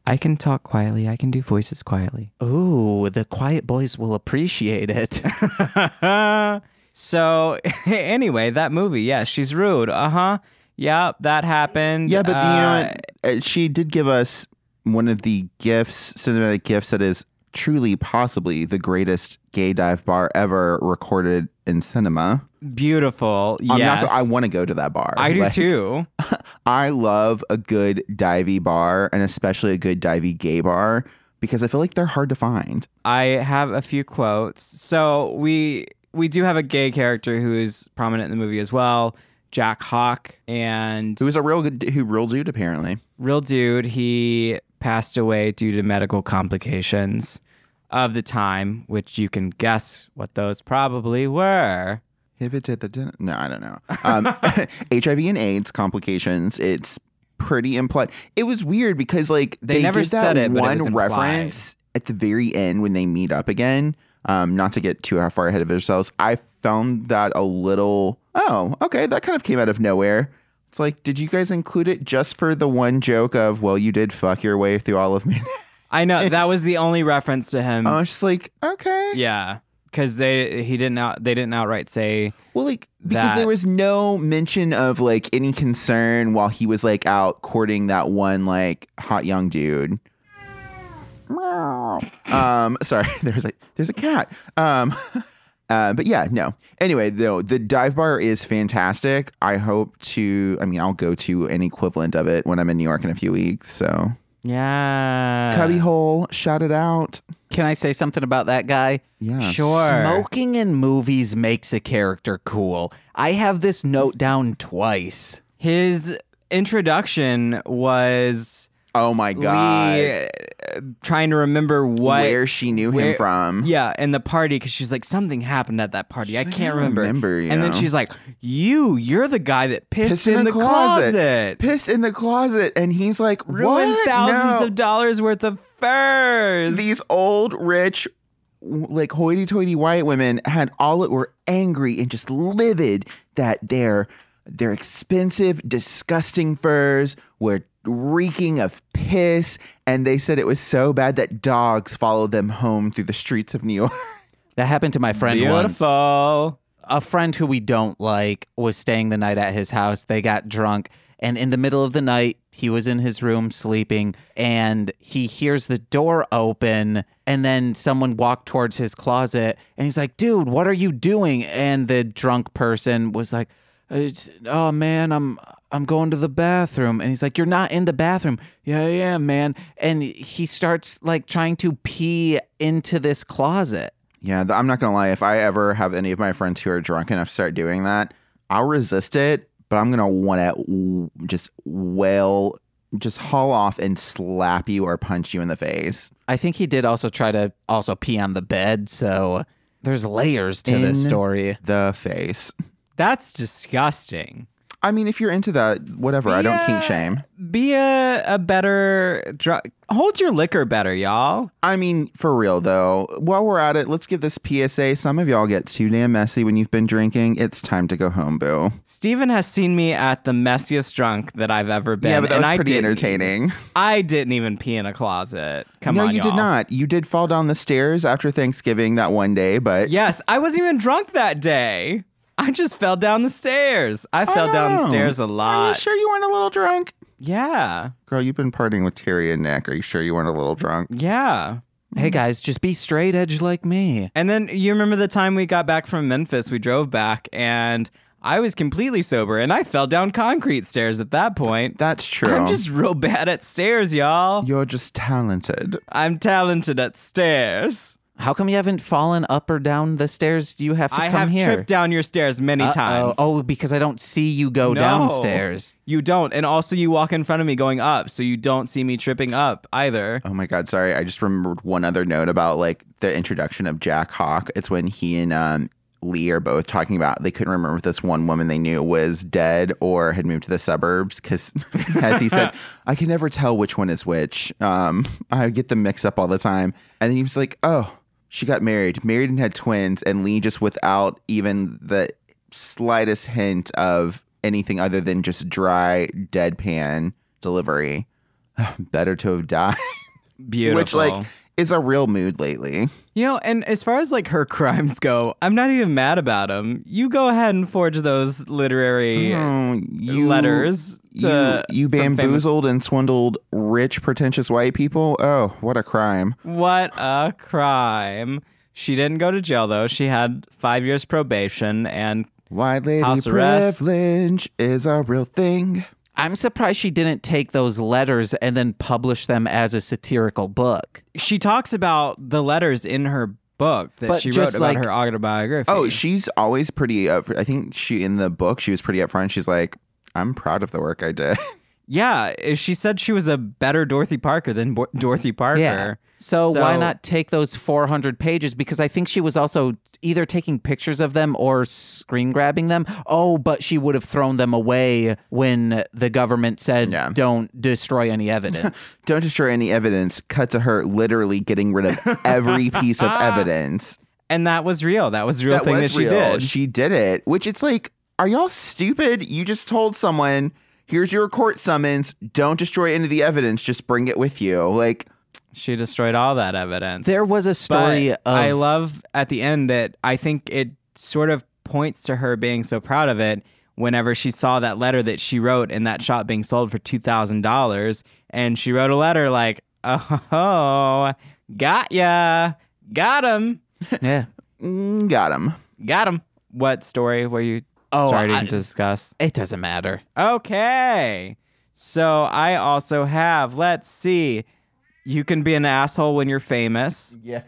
S1: I can talk quietly. I can do voices quietly.
S2: Ooh, the quiet boys will appreciate it.
S1: so anyway, Uh-huh. that movie, yeah, she's rude. Uh huh. Yep, that happened.
S3: Yeah, but you know
S1: Uh,
S3: what? uh, she did give us one of the gifts, cinematic gifts that is truly possibly the greatest gay dive bar ever recorded in cinema.
S1: Beautiful.
S3: I'm not
S1: yes.
S3: go- I want to go to that bar.
S1: I do
S3: Like,
S1: too.
S3: I love a good divey bar and especially a good divey gay bar because I feel like they're hard to find.
S1: I have a few quotes. So we we do have a gay character who is prominent in the movie as well, Jack Hawk, and
S3: Who was a real good, who real dude apparently.
S1: real dude. He passed away due to medical complications of the time, which you can guess what those probably were.
S3: Pivoted the din- no, I don't know. Um, HIV and AIDS complications. It's pretty implied. It was weird because like
S1: They never
S3: give that
S1: said it, but it
S3: one
S1: was implied.
S3: reference at the very end when they meet up again. Um, not to get too far ahead of ourselves, I found that a little. Oh, okay, that kind of came out of nowhere. It's like, did you guys include it just for the one joke of, well, you did fuck your way through all of me?
S1: I know that was the only reference to him.
S3: I was just like, okay,
S1: yeah, because they he didn't out they didn't outright say
S3: Well, like because
S1: that-
S3: there was no mention of like any concern while he was like out courting that one like hot young dude. Meow. um, sorry, there's like there's a cat. Um, uh, but yeah, no. Anyway, though the dive bar is fantastic. I hope to. I mean, I'll go to an equivalent of it when I'm in New York in a few weeks. So
S1: yeah
S3: cubby hole, shout it out.
S2: Can I say something about that guy?
S3: Yeah,
S1: Sure.
S2: Smoking in movies makes a character cool. I have this note down twice.
S1: His introduction was
S3: Oh my god,
S1: Lee uh, trying to remember what.
S3: where she knew
S1: where-
S3: him from?
S1: yeah, in the party because she's like something happened at that party. I
S3: Hmm? like, I
S1: can't
S3: don't
S1: remember.
S3: remember, you
S1: and then
S3: know.
S1: she's like, "You, you're the guy that pissed,
S3: Pissed in a
S1: the
S3: closet.
S1: closet,
S3: pissed in the closet and he's like
S1: ruined
S3: what?
S1: thousands
S3: No.
S1: of dollars worth of furs."
S3: these old rich w- like hoity-toity white women had all that were angry and just livid that their their expensive disgusting furs were reeking of piss and they said it was so bad that dogs followed them home through the streets of new york
S2: That happened to my friend once.
S1: beautiful.
S2: a friend who we don't like was staying the night at his house. They got drunk, and in the middle of the night, he was in his room sleeping, and he hears the door open, and then someone walked towards his closet, and he's like, "Dude, what are you doing?" And the drunk person was like, "It's- "Oh man, I'm I'm going to the bathroom," and he's like, "You're not in the bathroom." Yeah, yeah, man, and he starts like trying to pee into this closet.
S3: Yeah, th- I'm not gonna lie. If I ever have any of my friends who are drunk enough to start doing that, I'll resist it, but I'm gonna want to w- just wail, just haul off and slap you or punch you in the face.
S2: I think he did also try to also pee on the bed, so there's layers to this
S3: In-
S2: story.
S3: The face.
S1: That's disgusting.
S3: I mean, if you're into that, whatever. I don't kink
S1: Yeah.
S3: shame.
S1: Be a, a better drug. Hold your liquor better, y'all.
S3: I mean, for real though, while we're at it, let's give this PSA. Some of y'all get too damn messy when you've been drinking. It's time to go home, boo.
S1: Steven has seen me at the messiest drunk that I've ever been.
S3: yeah, but that
S1: and
S3: was
S1: I
S3: pretty
S1: didn't-
S3: entertaining.
S1: I didn't even pee in a closet. Come
S3: no,
S1: on,
S3: you
S1: y'all.
S3: did not. You did fall down the stairs after Thanksgiving that one day, but
S1: Yes, I wasn't even drunk that day. I just fell down the stairs. I fell down the
S3: Oh.
S1: stairs a
S3: Are you
S1: lot.
S3: sure you weren't a little drunk?
S1: Yeah,
S3: Girl, you've been partying with Terry and Nick. Are you sure you weren't a little drunk?
S1: yeah.
S2: Hey guys, just be straight edge like me.
S1: And then you remember the time we got back from Memphis? We drove back, and I was completely sober, and I fell down concrete stairs at that point.
S3: That's true.
S1: I'm just real bad at stairs, y'all.
S3: You're just talented.
S1: I'm talented at stairs.
S2: How come you haven't fallen up or down the stairs? You have to
S1: I
S2: come
S1: have
S2: here.
S1: tripped down your stairs many
S2: Uh-oh.
S1: times.
S2: Oh, because I don't see you go
S1: No.
S2: downstairs.
S1: You don't. And also, you walk in front of me going up, so you don't see me tripping up either.
S3: Oh my God, sorry. I just remembered one other note about like the introduction of Jack Hawk. It's when he and um, Lee are both talking about they couldn't remember if this one woman they knew was dead or had moved to the suburbs because, as he said, I can never tell which one is which. Um, I get them mixed up all the time. And then he was like, oh, she got married, married and had twins, and Lee just without even the slightest hint of anything other than just dry deadpan delivery. Better to have died.
S1: Beautiful.
S3: Which like is a real mood lately.
S1: You know, and as far as like her crimes go, I'm not even mad about them. You go ahead and forge those literary
S3: Oh, you
S1: letters.
S3: You,
S1: to-
S3: you
S1: from famous-
S3: bamboozled and swindled rich, pretentious white people. Oh, what a crime!
S1: What a crime. She didn't go to jail though. She had five years probation and
S3: White lady
S1: House arrest.
S3: privilege is a real thing.
S2: I'm surprised she didn't take those letters and then publish them as a satirical book.
S1: she talks about the letters in her book that
S2: But
S1: she wrote
S2: just
S1: about
S2: like-
S1: her autobiography.
S3: Oh, she's always pretty up. I think she in the book she was pretty upfront. She's like, "I'm proud of the work I did."
S1: yeah. eh, She said she was a better Dorothy Parker than Bo- Dorothy Parker.
S2: So, why
S1: So-
S2: not take those 400 pages? Because I think she was also either taking pictures of them or screen grabbing them. Oh, but she would have thrown them away when the government said,
S3: Yeah.
S2: don't destroy any evidence.
S3: Don't destroy any evidence. Cut to her literally getting rid of every piece of evidence.
S1: And that was real. That was a real
S3: that
S1: thing
S3: was
S1: that she
S3: real.
S1: did.
S3: She did it. Which it's like, are y'all stupid? You just told someone, "Here's your court summons. Don't destroy any of the evidence. Just bring it with you." Like,
S1: she destroyed all that evidence.
S2: there was a story
S1: But
S2: of.
S1: I love at the end that I think it sort of points to her being so proud of it whenever she saw that letter that she wrote in that shop being sold for $2,000 and she wrote a letter like, "Oh, ho, ho, got ya. Got him.
S2: yeah.
S3: mm, got him.
S1: Got him." What story were you
S2: Oh,
S1: starting
S2: I-
S1: to discuss?
S2: It doesn't matter.
S1: Okay. So I also have, let's see. You can be an asshole when you're famous.
S3: Yeah.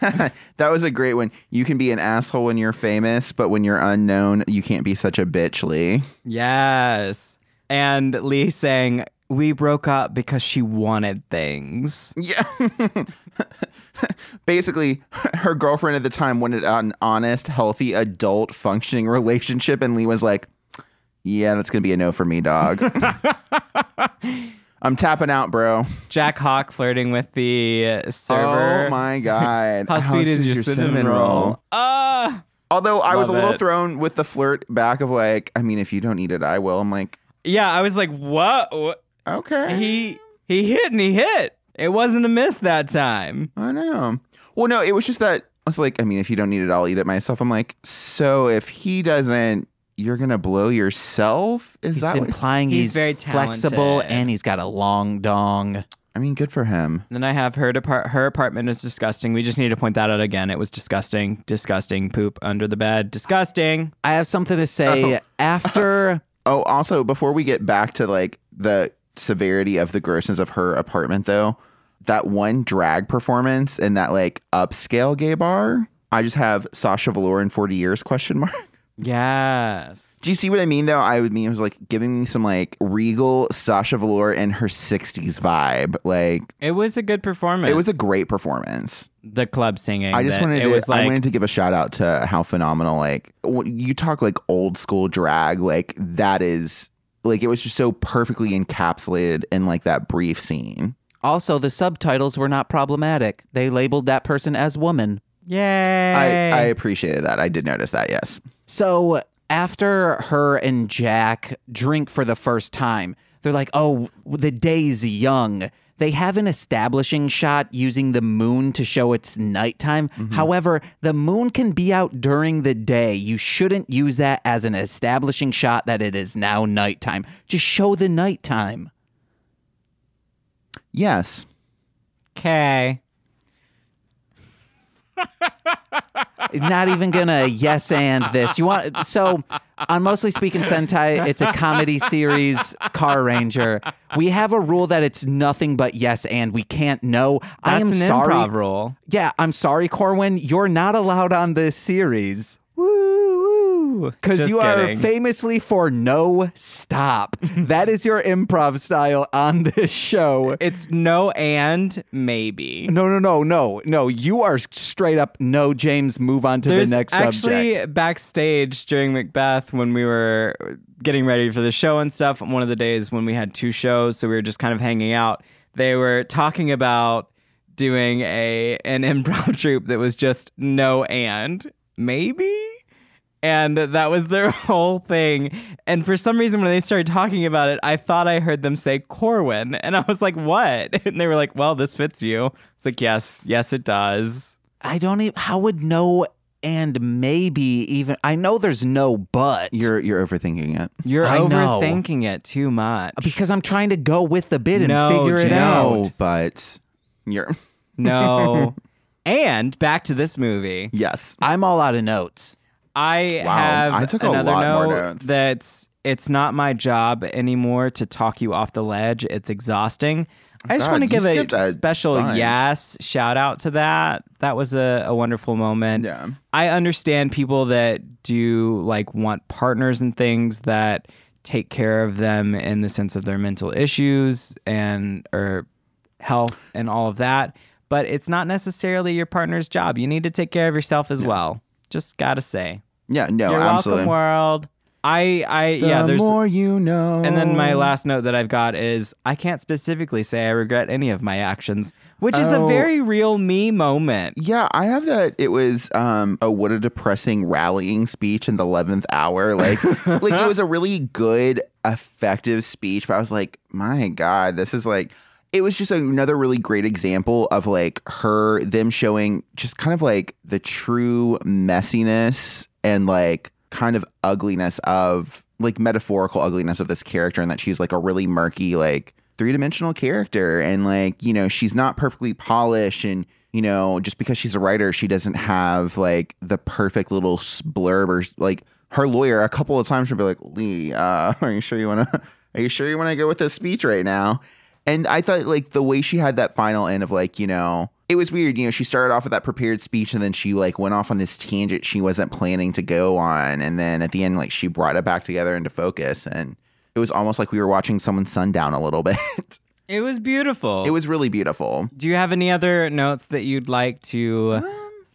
S3: that was a great one. You can be an asshole when you're famous, but when you're unknown, you can't be such a bitch, Lee.
S1: Yes. And Lee saying, We broke up because she wanted things.
S3: Yeah. Basically, her girlfriend at the time wanted an honest, healthy, adult, functioning relationship, and Lee was like, Yeah, that's gonna be a no for me, dog. I'm tapping out, bro.
S1: Jack Hawk flirting with the uh, server.
S3: Oh my god.
S1: How, sweet is, your cinnamon, roll? Uh,
S3: Although I was a
S1: Love
S3: little
S1: it.
S3: thrown with the flirt back of like, I mean, if you don't eat it, I will. I'm like,
S1: yeah, I was like, Whoa.
S3: okay.
S1: He, he hit and he hit. It wasn't a miss that time.
S3: I know. Well, no, it was just that I was like, I mean, if you don't need it, I'll eat it myself. I'm like, so if he doesn't, you're gonna blow yourself? Is
S2: He's
S3: that? what-
S2: implying
S1: He's
S2: he's,
S1: very
S2: flexible
S1: talented.
S2: and he's got a long dong.
S3: I mean, good for him.
S1: And then I have her depart- her apartment is disgusting. We just need to point that out again. It was disgusting. Disgusting. Poop under the bed. Disgusting.
S2: I have something to
S1: Oh.
S2: say after.
S3: Oh, also, before we get back to like the severity of the grossness of her apartment, though, that one drag performance in that like upscale gay bar, I just have Sasha Velour in 40 years question mark.
S1: Yes.
S3: Do you see what I mean though? I would mean it was like giving me some like regal Sasha Velour and her 60s vibe. Like
S1: It was a good performance.
S3: It was a great performance.
S1: the club singing.
S3: I just
S1: that
S3: wanted
S1: it
S3: to,
S1: was like
S3: I wanted to give a shout out to how phenomenal like w- you talk like old school drag like that is like it was just so perfectly encapsulated in like that brief scene.
S2: Also, the subtitles were not problematic. They labeled that person as woman.
S1: Yay.
S3: I, I appreciated that. I did notice that. Yes.
S2: So after her and Jack drink for the first time, they're like, oh, the day's young. They have an establishing shot using the moon to show it's nighttime. However, the moon can be out during the day. You shouldn't use that as an establishing shot that it is now nighttime. Just show the nighttime.
S3: Yes.
S1: Okay.
S2: not even gonna yes and this. You want so on mostly speaking Sentai, it's a comedy series, Car Ranger. We have a rule that it's nothing but yes and we can't know. I am
S1: an
S2: sorry.
S1: improv rule.
S2: Yeah, I'm sorry, Corwin. You're not allowed on this series.
S1: Woo woo.
S2: Because you are famously for no stop. That is your improv style on this show.
S1: it's no and maybe.
S2: No, no, no, no, no. You are straight up no, James. Move on to
S1: There's
S2: the next subject.
S1: actually backstage during Macbeth when we were getting ready for the show and stuff. One of the days when we had two shows, so we were just kind of hanging out. They were talking about doing a an improv troupe that was just no and maybe, And that was their whole thing. And for some reason, when they started talking about it, I thought I heard them say Corwin. And I was like, what? And they were like, well, this fits you. It's like, yes, yes, it does.
S2: I don't even. How would no and maybe even? I know there's no but.
S3: You're you're overthinking it.
S1: You're
S2: I know.
S1: overthinking it too much.
S2: because I'm trying to go with the bid and
S1: No,
S2: figure it
S1: Jim.
S2: out.
S3: No, but you're
S1: No. and back to this movie.
S3: yes.
S2: I'm all out of notes.
S1: I
S3: Wow,
S1: have
S3: I took a
S1: another
S3: lot
S1: note
S3: more notes.
S1: that's it's not my job anymore to talk you off the ledge. It's exhausting. I just
S3: Oh God,
S1: want to
S3: you
S1: give
S3: skipped
S1: a
S3: a
S1: special
S3: bunch.
S1: yes shout out to that. That was a, a wonderful moment.
S3: Yeah.
S1: I understand people that do like want partners and things that take care of them in the sense of their mental issues and or health and all of that. But it's not necessarily your partner's job. You need to take care of yourself as well. Just gotta say.
S3: Yeah, no,
S1: You're
S3: Oh, absolutely.
S1: welcome, world. I I
S3: the
S1: yeah, there's
S3: more you know.
S1: and then my last note that I've got is I can't specifically say I regret any of my actions, which is a
S3: Oh.
S1: very real me moment.
S3: Yeah, I have that. It was um, oh, what a depressing rallying speech in the eleventh hour. Like, like it was a really good, effective speech. But I was like, my god, this is like. It was just another really great example of like her them showing just kind of like the true messiness and like kind of ugliness of like metaphorical ugliness of this character and that she's like a really murky like three-dimensional character and like you know she's not perfectly polished and you know just because she's a writer she doesn't have like the perfect little s- blurb or like her lawyer a couple of times would be like lee uh, are you sure you want to are you sure you want to go with this speech right now and i thought like the way she had that final end of like you know it was weird you know she started off with that prepared speech and then she like went off on this tangent she wasn't planning to go on and then at the end like she brought it back together into focus and it was almost like we were watching someone sundown a little bit
S1: It was beautiful.
S3: it was really beautiful
S1: Do you have any other notes that you'd like to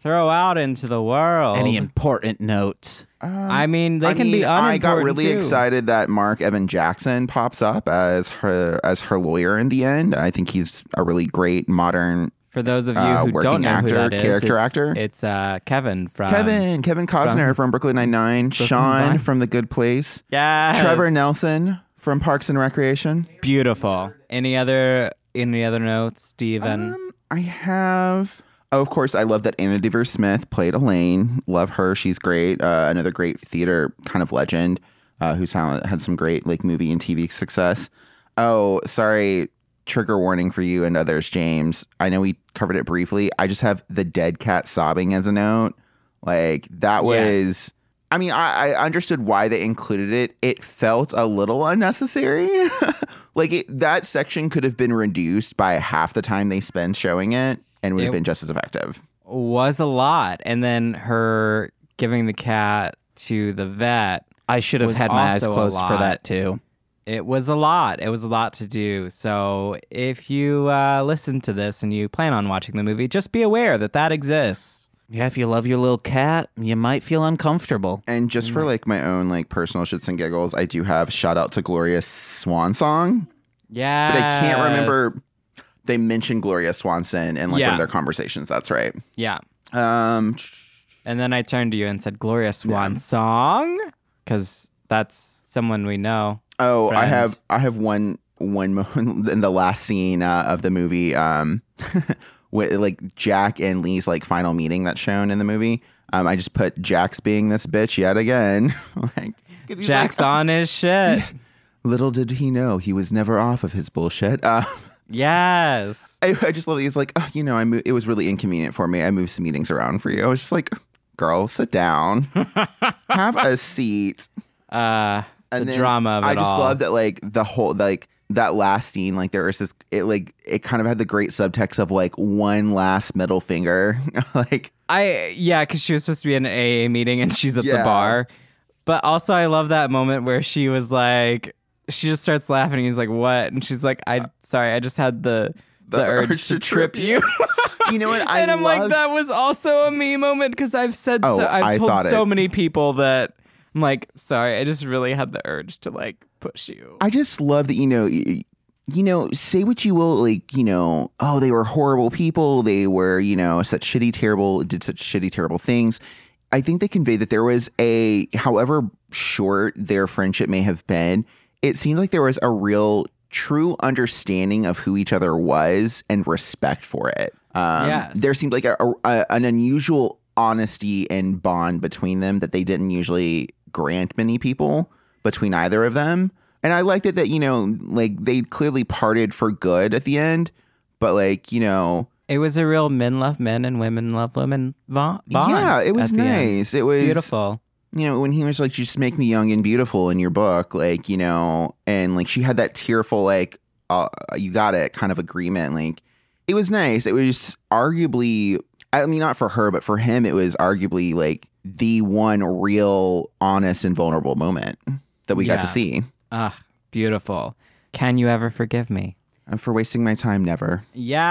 S1: throw out into the world?
S2: Any important notes?
S3: Um,
S1: I mean, they
S3: I
S1: can be
S3: mean, I got
S1: unimportant,
S3: really
S1: too.
S3: excited that Mark Evan Jackson pops up as her as her lawyer in the end. I think he's a really great modern
S1: For those of you
S3: uh,
S1: who don't
S3: working
S1: know who
S3: actor,
S1: that is,
S3: character
S1: it's-
S3: actor.
S1: it's uh, Kevin from
S3: Kevin Kevin Costner from, Brooklyn Nine Nine, Sean
S1: Nine-Nine.
S3: from The Good Place,
S1: Yeah,
S3: Trevor Nelson from Parks and Recreation.
S1: Beautiful. Any other any other notes, Steven?
S3: Um, I have. Oh, of course, I love that Anna Deaver Smith played Elaine. Love her. She's great. Uh, another great theater kind of legend uh, who's ha- had some great like movie and TV success. Oh, sorry. Trigger warning for you and others, James. I know we covered it briefly. I just have the dead cat sobbing as a note. Like that was.
S1: Yes.
S3: I mean, I, I understood why they included it. It felt a little unnecessary. like it, that section could have been reduced by half the time they spend showing it and would
S1: It-
S3: have been just as effective.
S1: was a lot, and then her giving the cat to the vet.
S2: I should have
S1: Was
S2: had my eyes
S1: also a
S2: closed for
S1: lot.
S2: that too.
S1: It was a lot. It was a lot to do. So if you uh, listen to this and you plan on watching the movie, just be aware that that exists.
S2: Yeah, if you love your little cat, you might feel uncomfortable.
S3: And just
S1: Mm.
S3: for like my own like personal shits and giggles, I do have shout out to Gloria Swan song,
S1: Yeah.
S3: but I can't remember. They mentioned Gloria Swanson in like one
S1: Yeah.
S3: of their conversations. That's right.
S1: Yeah.
S3: Um,
S1: And then I turned to you and said, Gloria Swan song? Because that's someone we know.
S3: Oh, I
S1: friend.
S3: have I have one one moment in the last scene uh, of the movie. Um, with like Jack and Lee's like final meeting that's shown in the movie. Um, I just put Jack's being this bitch yet again. like 'cause he's
S1: Jack's
S3: like, uh,
S1: on his shit.
S3: little did he know he was never off of his bullshit. Uh,
S1: yes.
S3: I, I just love that he's like, oh, you know, I mo- it was really inconvenient for me. I moved some meetings around for you. I was just like, girl, sit down, have a seat.
S1: Uh, the
S3: then
S1: drama of it
S3: I just
S1: all.
S3: love that like the whole like that last scene like there was this it like it kind of had the great subtext of like one last middle finger like
S1: I yeah, because she was supposed to be in an AA meeting and she's at the
S3: Yeah.
S1: bar. But also, I love that moment where she was like, she just starts laughing. He's like, "What?" And she's like, "I sorry, I just had the the, urge, to trip you."
S3: you know what I
S1: and I'm like,
S3: loved-
S1: that was also a me moment because I've said
S3: Oh,
S1: so, I've
S3: I
S1: told
S3: thought
S1: so
S3: it-
S1: many people that I'm like, sorry, I just really had the urge to like push you.
S3: I just love that you know y- y- you know say what you will like you know oh they were horrible people they were you know such shitty terrible did such shitty terrible things I think they conveyed that there was a, however short their friendship may have been, it seemed like there was a real true understanding of who each other was and respect for it. Um,
S1: Yes.
S3: There seemed like a, a, an unusual honesty and bond between them that they didn't usually grant many people between either of them. And I liked it that, you know, like they clearly parted for good at the end, but like, you know,
S1: It was a real men love men and women love women vo- bond.
S3: yeah, it was
S1: at the end.
S3: nice. It was
S1: Beautiful.
S3: you know, when he was like, just make me young and beautiful in your book, like, you know, and like she had that tearful, like, uh, you got it kind of agreement. Like, it was nice. It was arguably, I mean, not for her, but for him, it was arguably like the one real honest and vulnerable moment that we got to
S1: Yeah.
S3: see.
S1: Ah, beautiful. Can you ever forgive me?
S3: And uh, for wasting my time, never.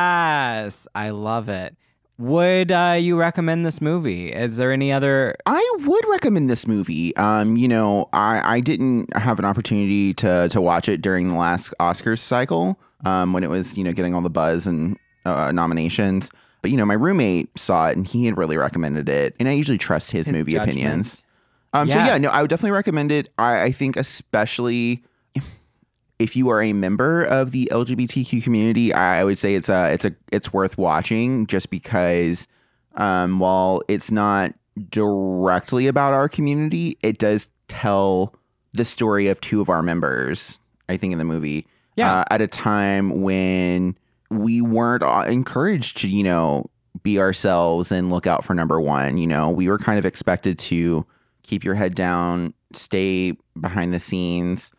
S1: Yes, I love it. Would uh, you recommend this movie? Is there any other?
S3: I would recommend this movie. Um, you know, I, I didn't have an opportunity to to watch it during the last Oscars cycle um, when it was you know getting all the buzz and uh, nominations. But you know, my roommate saw it and he had really recommended it, and I usually trust his,
S1: his
S3: movie
S1: judgment?
S3: opinions. Um, So yeah,
S1: Yes.
S3: no, I would definitely recommend it. I, I think especially if you are a member of the LGBTQ community, I, I would say it's a it's a it's worth watching just because um, while it's not directly about our community, it does tell the story of two of our members. I think in the movie,
S1: Yeah.
S3: uh, at a time when we weren't uh, encouraged to, you know, be ourselves and look out for number one. You know, we were kind of expected to keep your head down, stay behind the scenes,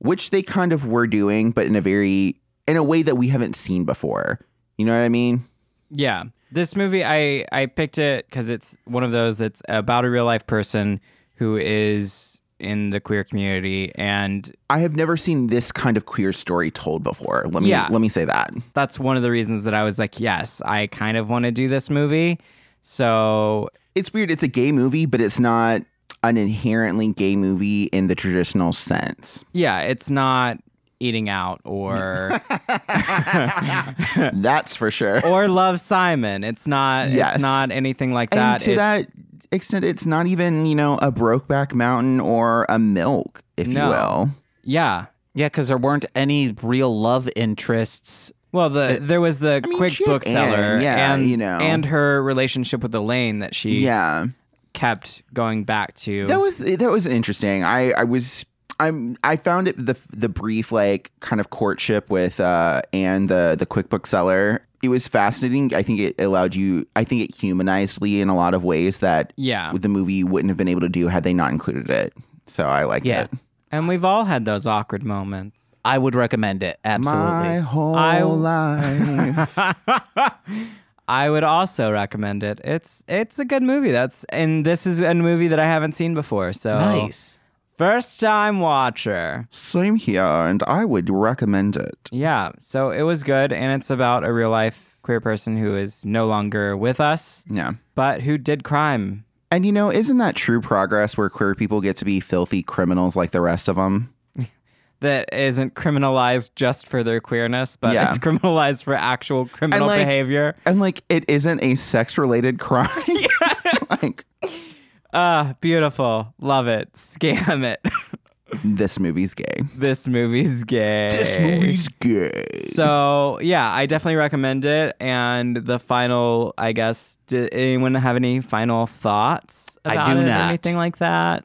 S3: which they kind of were doing, but in a very in a way that we haven't seen before. You know what I mean?
S1: Yeah, this movie I I picked it because it's one of those that's about a real life person who is in the queer community, and
S3: I have never seen this kind of queer story told before. Let me
S1: Yeah.
S3: let me say that.
S1: that's one of the reasons that I was like, yes, I kind of want to do this movie. So
S3: It's weird. It's a gay movie, but it's not an inherently gay movie in the traditional sense.
S1: yeah, it's not eating out or
S3: That's for sure.
S1: or love Simon. It's not.
S3: Yes.
S1: It's not anything like
S3: and
S1: that.
S3: to
S1: It's-
S3: that extent, it's not even you know a Brokeback Mountain or a Milk, if you
S1: No.
S3: will.
S1: yeah.
S2: Yeah, because there weren't any real love interests.
S1: Well, the there was the
S3: I mean,
S1: quick
S3: she had
S1: bookseller,
S3: Anne, yeah,
S1: and
S3: you know.
S1: and her relationship with Elaine that she
S3: Yeah,
S1: kept going back to.
S3: that was that was interesting. I I was. I'm, I found it the the brief like kind of courtship with uh Anne the the quick bookseller. It was fascinating. I think it allowed you. I think it humanized Lee in a lot of ways that
S1: yeah,
S3: the movie wouldn't have been able to do had they not included it. So I liked
S2: Yeah.
S3: it.
S1: and we've all had those awkward moments.
S2: I would recommend it.
S3: My
S2: Absolutely.
S3: whole
S1: I-
S3: life.
S1: I would also recommend it. It's it's a good movie. That's and this is a movie that I haven't seen before. So
S2: Nice.
S1: first time watcher.
S3: Same here, and I would recommend it.
S1: Yeah, so it was good, and it's about a real life queer person who is no longer with us,
S3: Yeah.
S1: but who did crime.
S3: And you know, isn't that true progress where queer people get to be filthy criminals like the rest of them?
S1: that isn't criminalized just for their queerness, but
S3: Yeah.
S1: it's criminalized for actual criminal
S3: like-
S1: behavior.
S3: And like, it isn't a sex related crime. like,
S1: Ah, beautiful. Love it. Scam it.
S3: this movie's gay.
S1: this movie's gay.
S3: gay.
S1: So, yeah, I definitely recommend it. And the final, I guess, did anyone have any final thoughts
S2: I
S1: about
S2: do
S1: it or
S2: not.
S1: anything like that?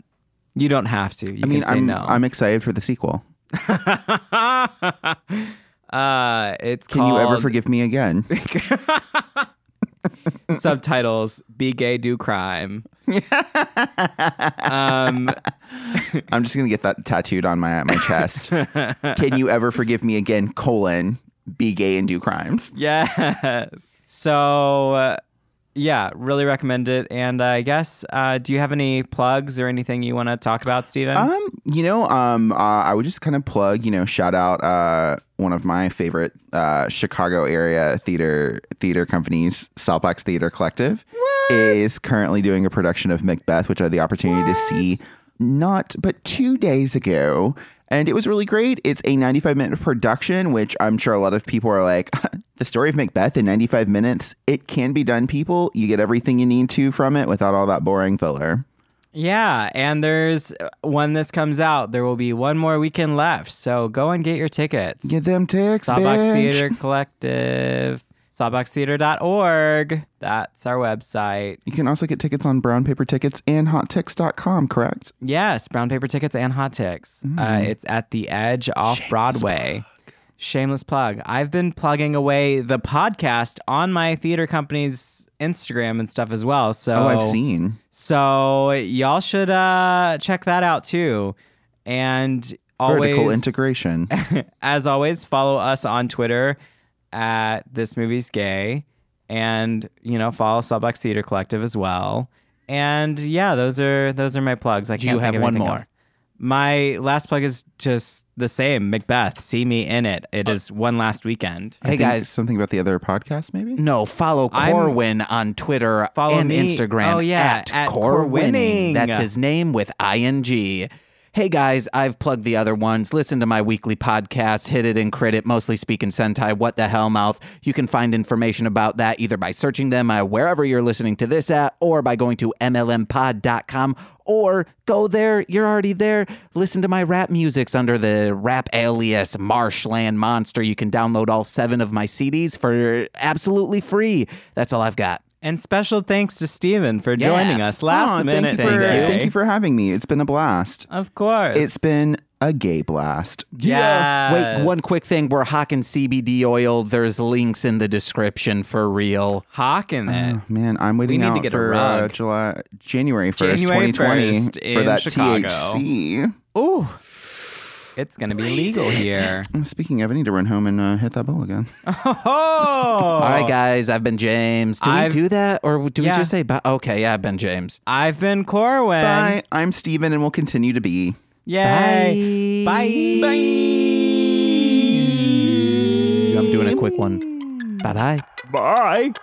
S1: You don't have to. You
S3: I mean,
S1: can say
S3: I'm,
S1: no.
S3: I'm excited for the sequel.
S1: uh, it's
S3: Can you ever
S1: called-
S3: forgive me again?
S1: subtitles be gay do crime um
S3: I'm just going to get that tattooed on my, my chest. Can you ever forgive me again? Colon, be gay and do crimes.
S1: yes so uh, yeah really recommend it and i guess uh do you have any plugs or anything you want to talk about steven
S3: Um, you know, um, uh, I would just kind of plug, you know, shout out uh, one of my favorite uh, Chicago area theater theater companies, Southbox Theater Collective, is currently doing a production of Macbeth, which I had the opportunity to see not but two days ago. And it was really great. It's a 95 minute production, which I'm sure a lot of people are like, the story of Macbeth in 95 minutes. It can be done, people. You get everything you need to from it without all that boring filler.
S1: Yeah, and there's uh, when this comes out, there will be one more weekend left. So go and get your tickets.
S3: Get them ticks,
S1: Sawbox
S3: bitch.
S1: Theater Collective, sawboxtheater.org. That's our website.
S3: You can also get tickets on brown paper tickets and hottix.com, correct?
S1: Yes, brown paper tickets and hot ticks. Uh,
S3: Mm.
S1: it's at the Edge off Broadway. Shameless plug. I've been plugging away the podcast on my theater company's Instagram and stuff as well. So
S3: Oh, I've seen.
S1: So y'all should uh, check that out too, and always
S3: Vertical integration.
S1: as always follow us on Twitter at this movie's gay, and you know follow Subbox Theater Collective as well. And yeah, those are those are my plugs. I can't
S2: you
S1: think
S2: have
S1: of
S2: one
S1: anything
S2: more?
S1: else. My last plug is just the same. Macbeth, see me in it. It is one last weekend.
S3: I
S2: Hey,
S3: think
S2: guys.
S3: Something about the other podcast, maybe?
S2: No, follow
S1: I'm-
S2: Corwin on Twitter
S1: Follow
S2: and
S1: me.
S2: Instagram
S1: Oh, yeah,
S2: at,
S1: at
S2: Corwinning.
S1: Corwinning.
S2: That's his name with ing. Hey guys, I've plugged the other ones. Listen to my weekly podcast, Hit It and Credit, Mostly Speaking Sentai, What the Hell Mouth. You can find information about that either by searching them uh, wherever you're listening to this at or by going to mlmpod.com or go there. You're already there. Listen to my rap musics under the rap alias Marshland Monster. You can download all seven of my CDs for absolutely free. That's all I've got.
S1: And special thanks to Steven for
S2: Yeah.
S1: joining us last
S3: Aw,
S1: minute
S3: thank you, for,
S1: today.
S3: thank you for having me. It's been a blast.
S1: Of course.
S3: It's been a gay blast.
S1: yeah.
S2: Wait, one quick thing. We're hawking CBD oil. There's links in the description for real.
S1: hawking it.
S3: Oh, man, I'm waiting
S1: need to
S3: out
S1: get a
S3: for uh,
S1: rug.
S3: July, January 1st,
S1: January
S3: 2020
S1: 1st
S3: for
S1: in
S3: that
S1: Chicago.
S3: THC.
S1: Ooh, it's gonna be legal here.
S3: Oh, Speaking of, I need to run home and uh, hit that ball again.
S1: Oh, all
S2: All right, guys. I've been James. Do
S1: I've-
S2: we do that or do
S1: Yeah.
S2: we just say bye? Okay, yeah, I've been James.
S1: I've been Corwin.
S3: Bye. I'm Steven, and we'll continue to be.
S1: Yay. Bye.
S2: I'm doing a quick one. Bye bye.
S1: Bye.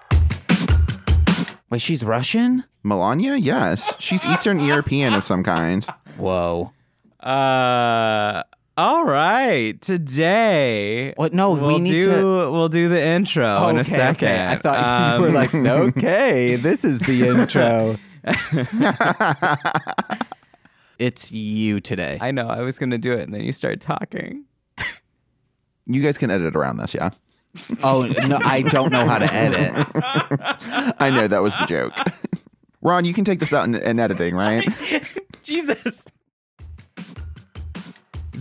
S2: Wait, she's Russian?
S3: Melania? Yes. She's Eastern European of some kind.
S2: Whoa.
S1: Uh. All right. Today.
S2: What? No,
S1: We'll
S2: Oh, we need
S1: do.
S2: to.
S1: We'll do the intro in a
S2: Okay,
S1: second.
S2: okay. I thought you were
S1: Um,
S2: like, okay, this is the intro. it's you today.
S1: I know. I was gonna do it, and then you started talking.
S3: You guys can edit around this, yeah?
S2: Oh no, I don't know how to edit.
S3: I know that was the joke. Ron, you can take this out in, in editing, right?
S1: Jesus.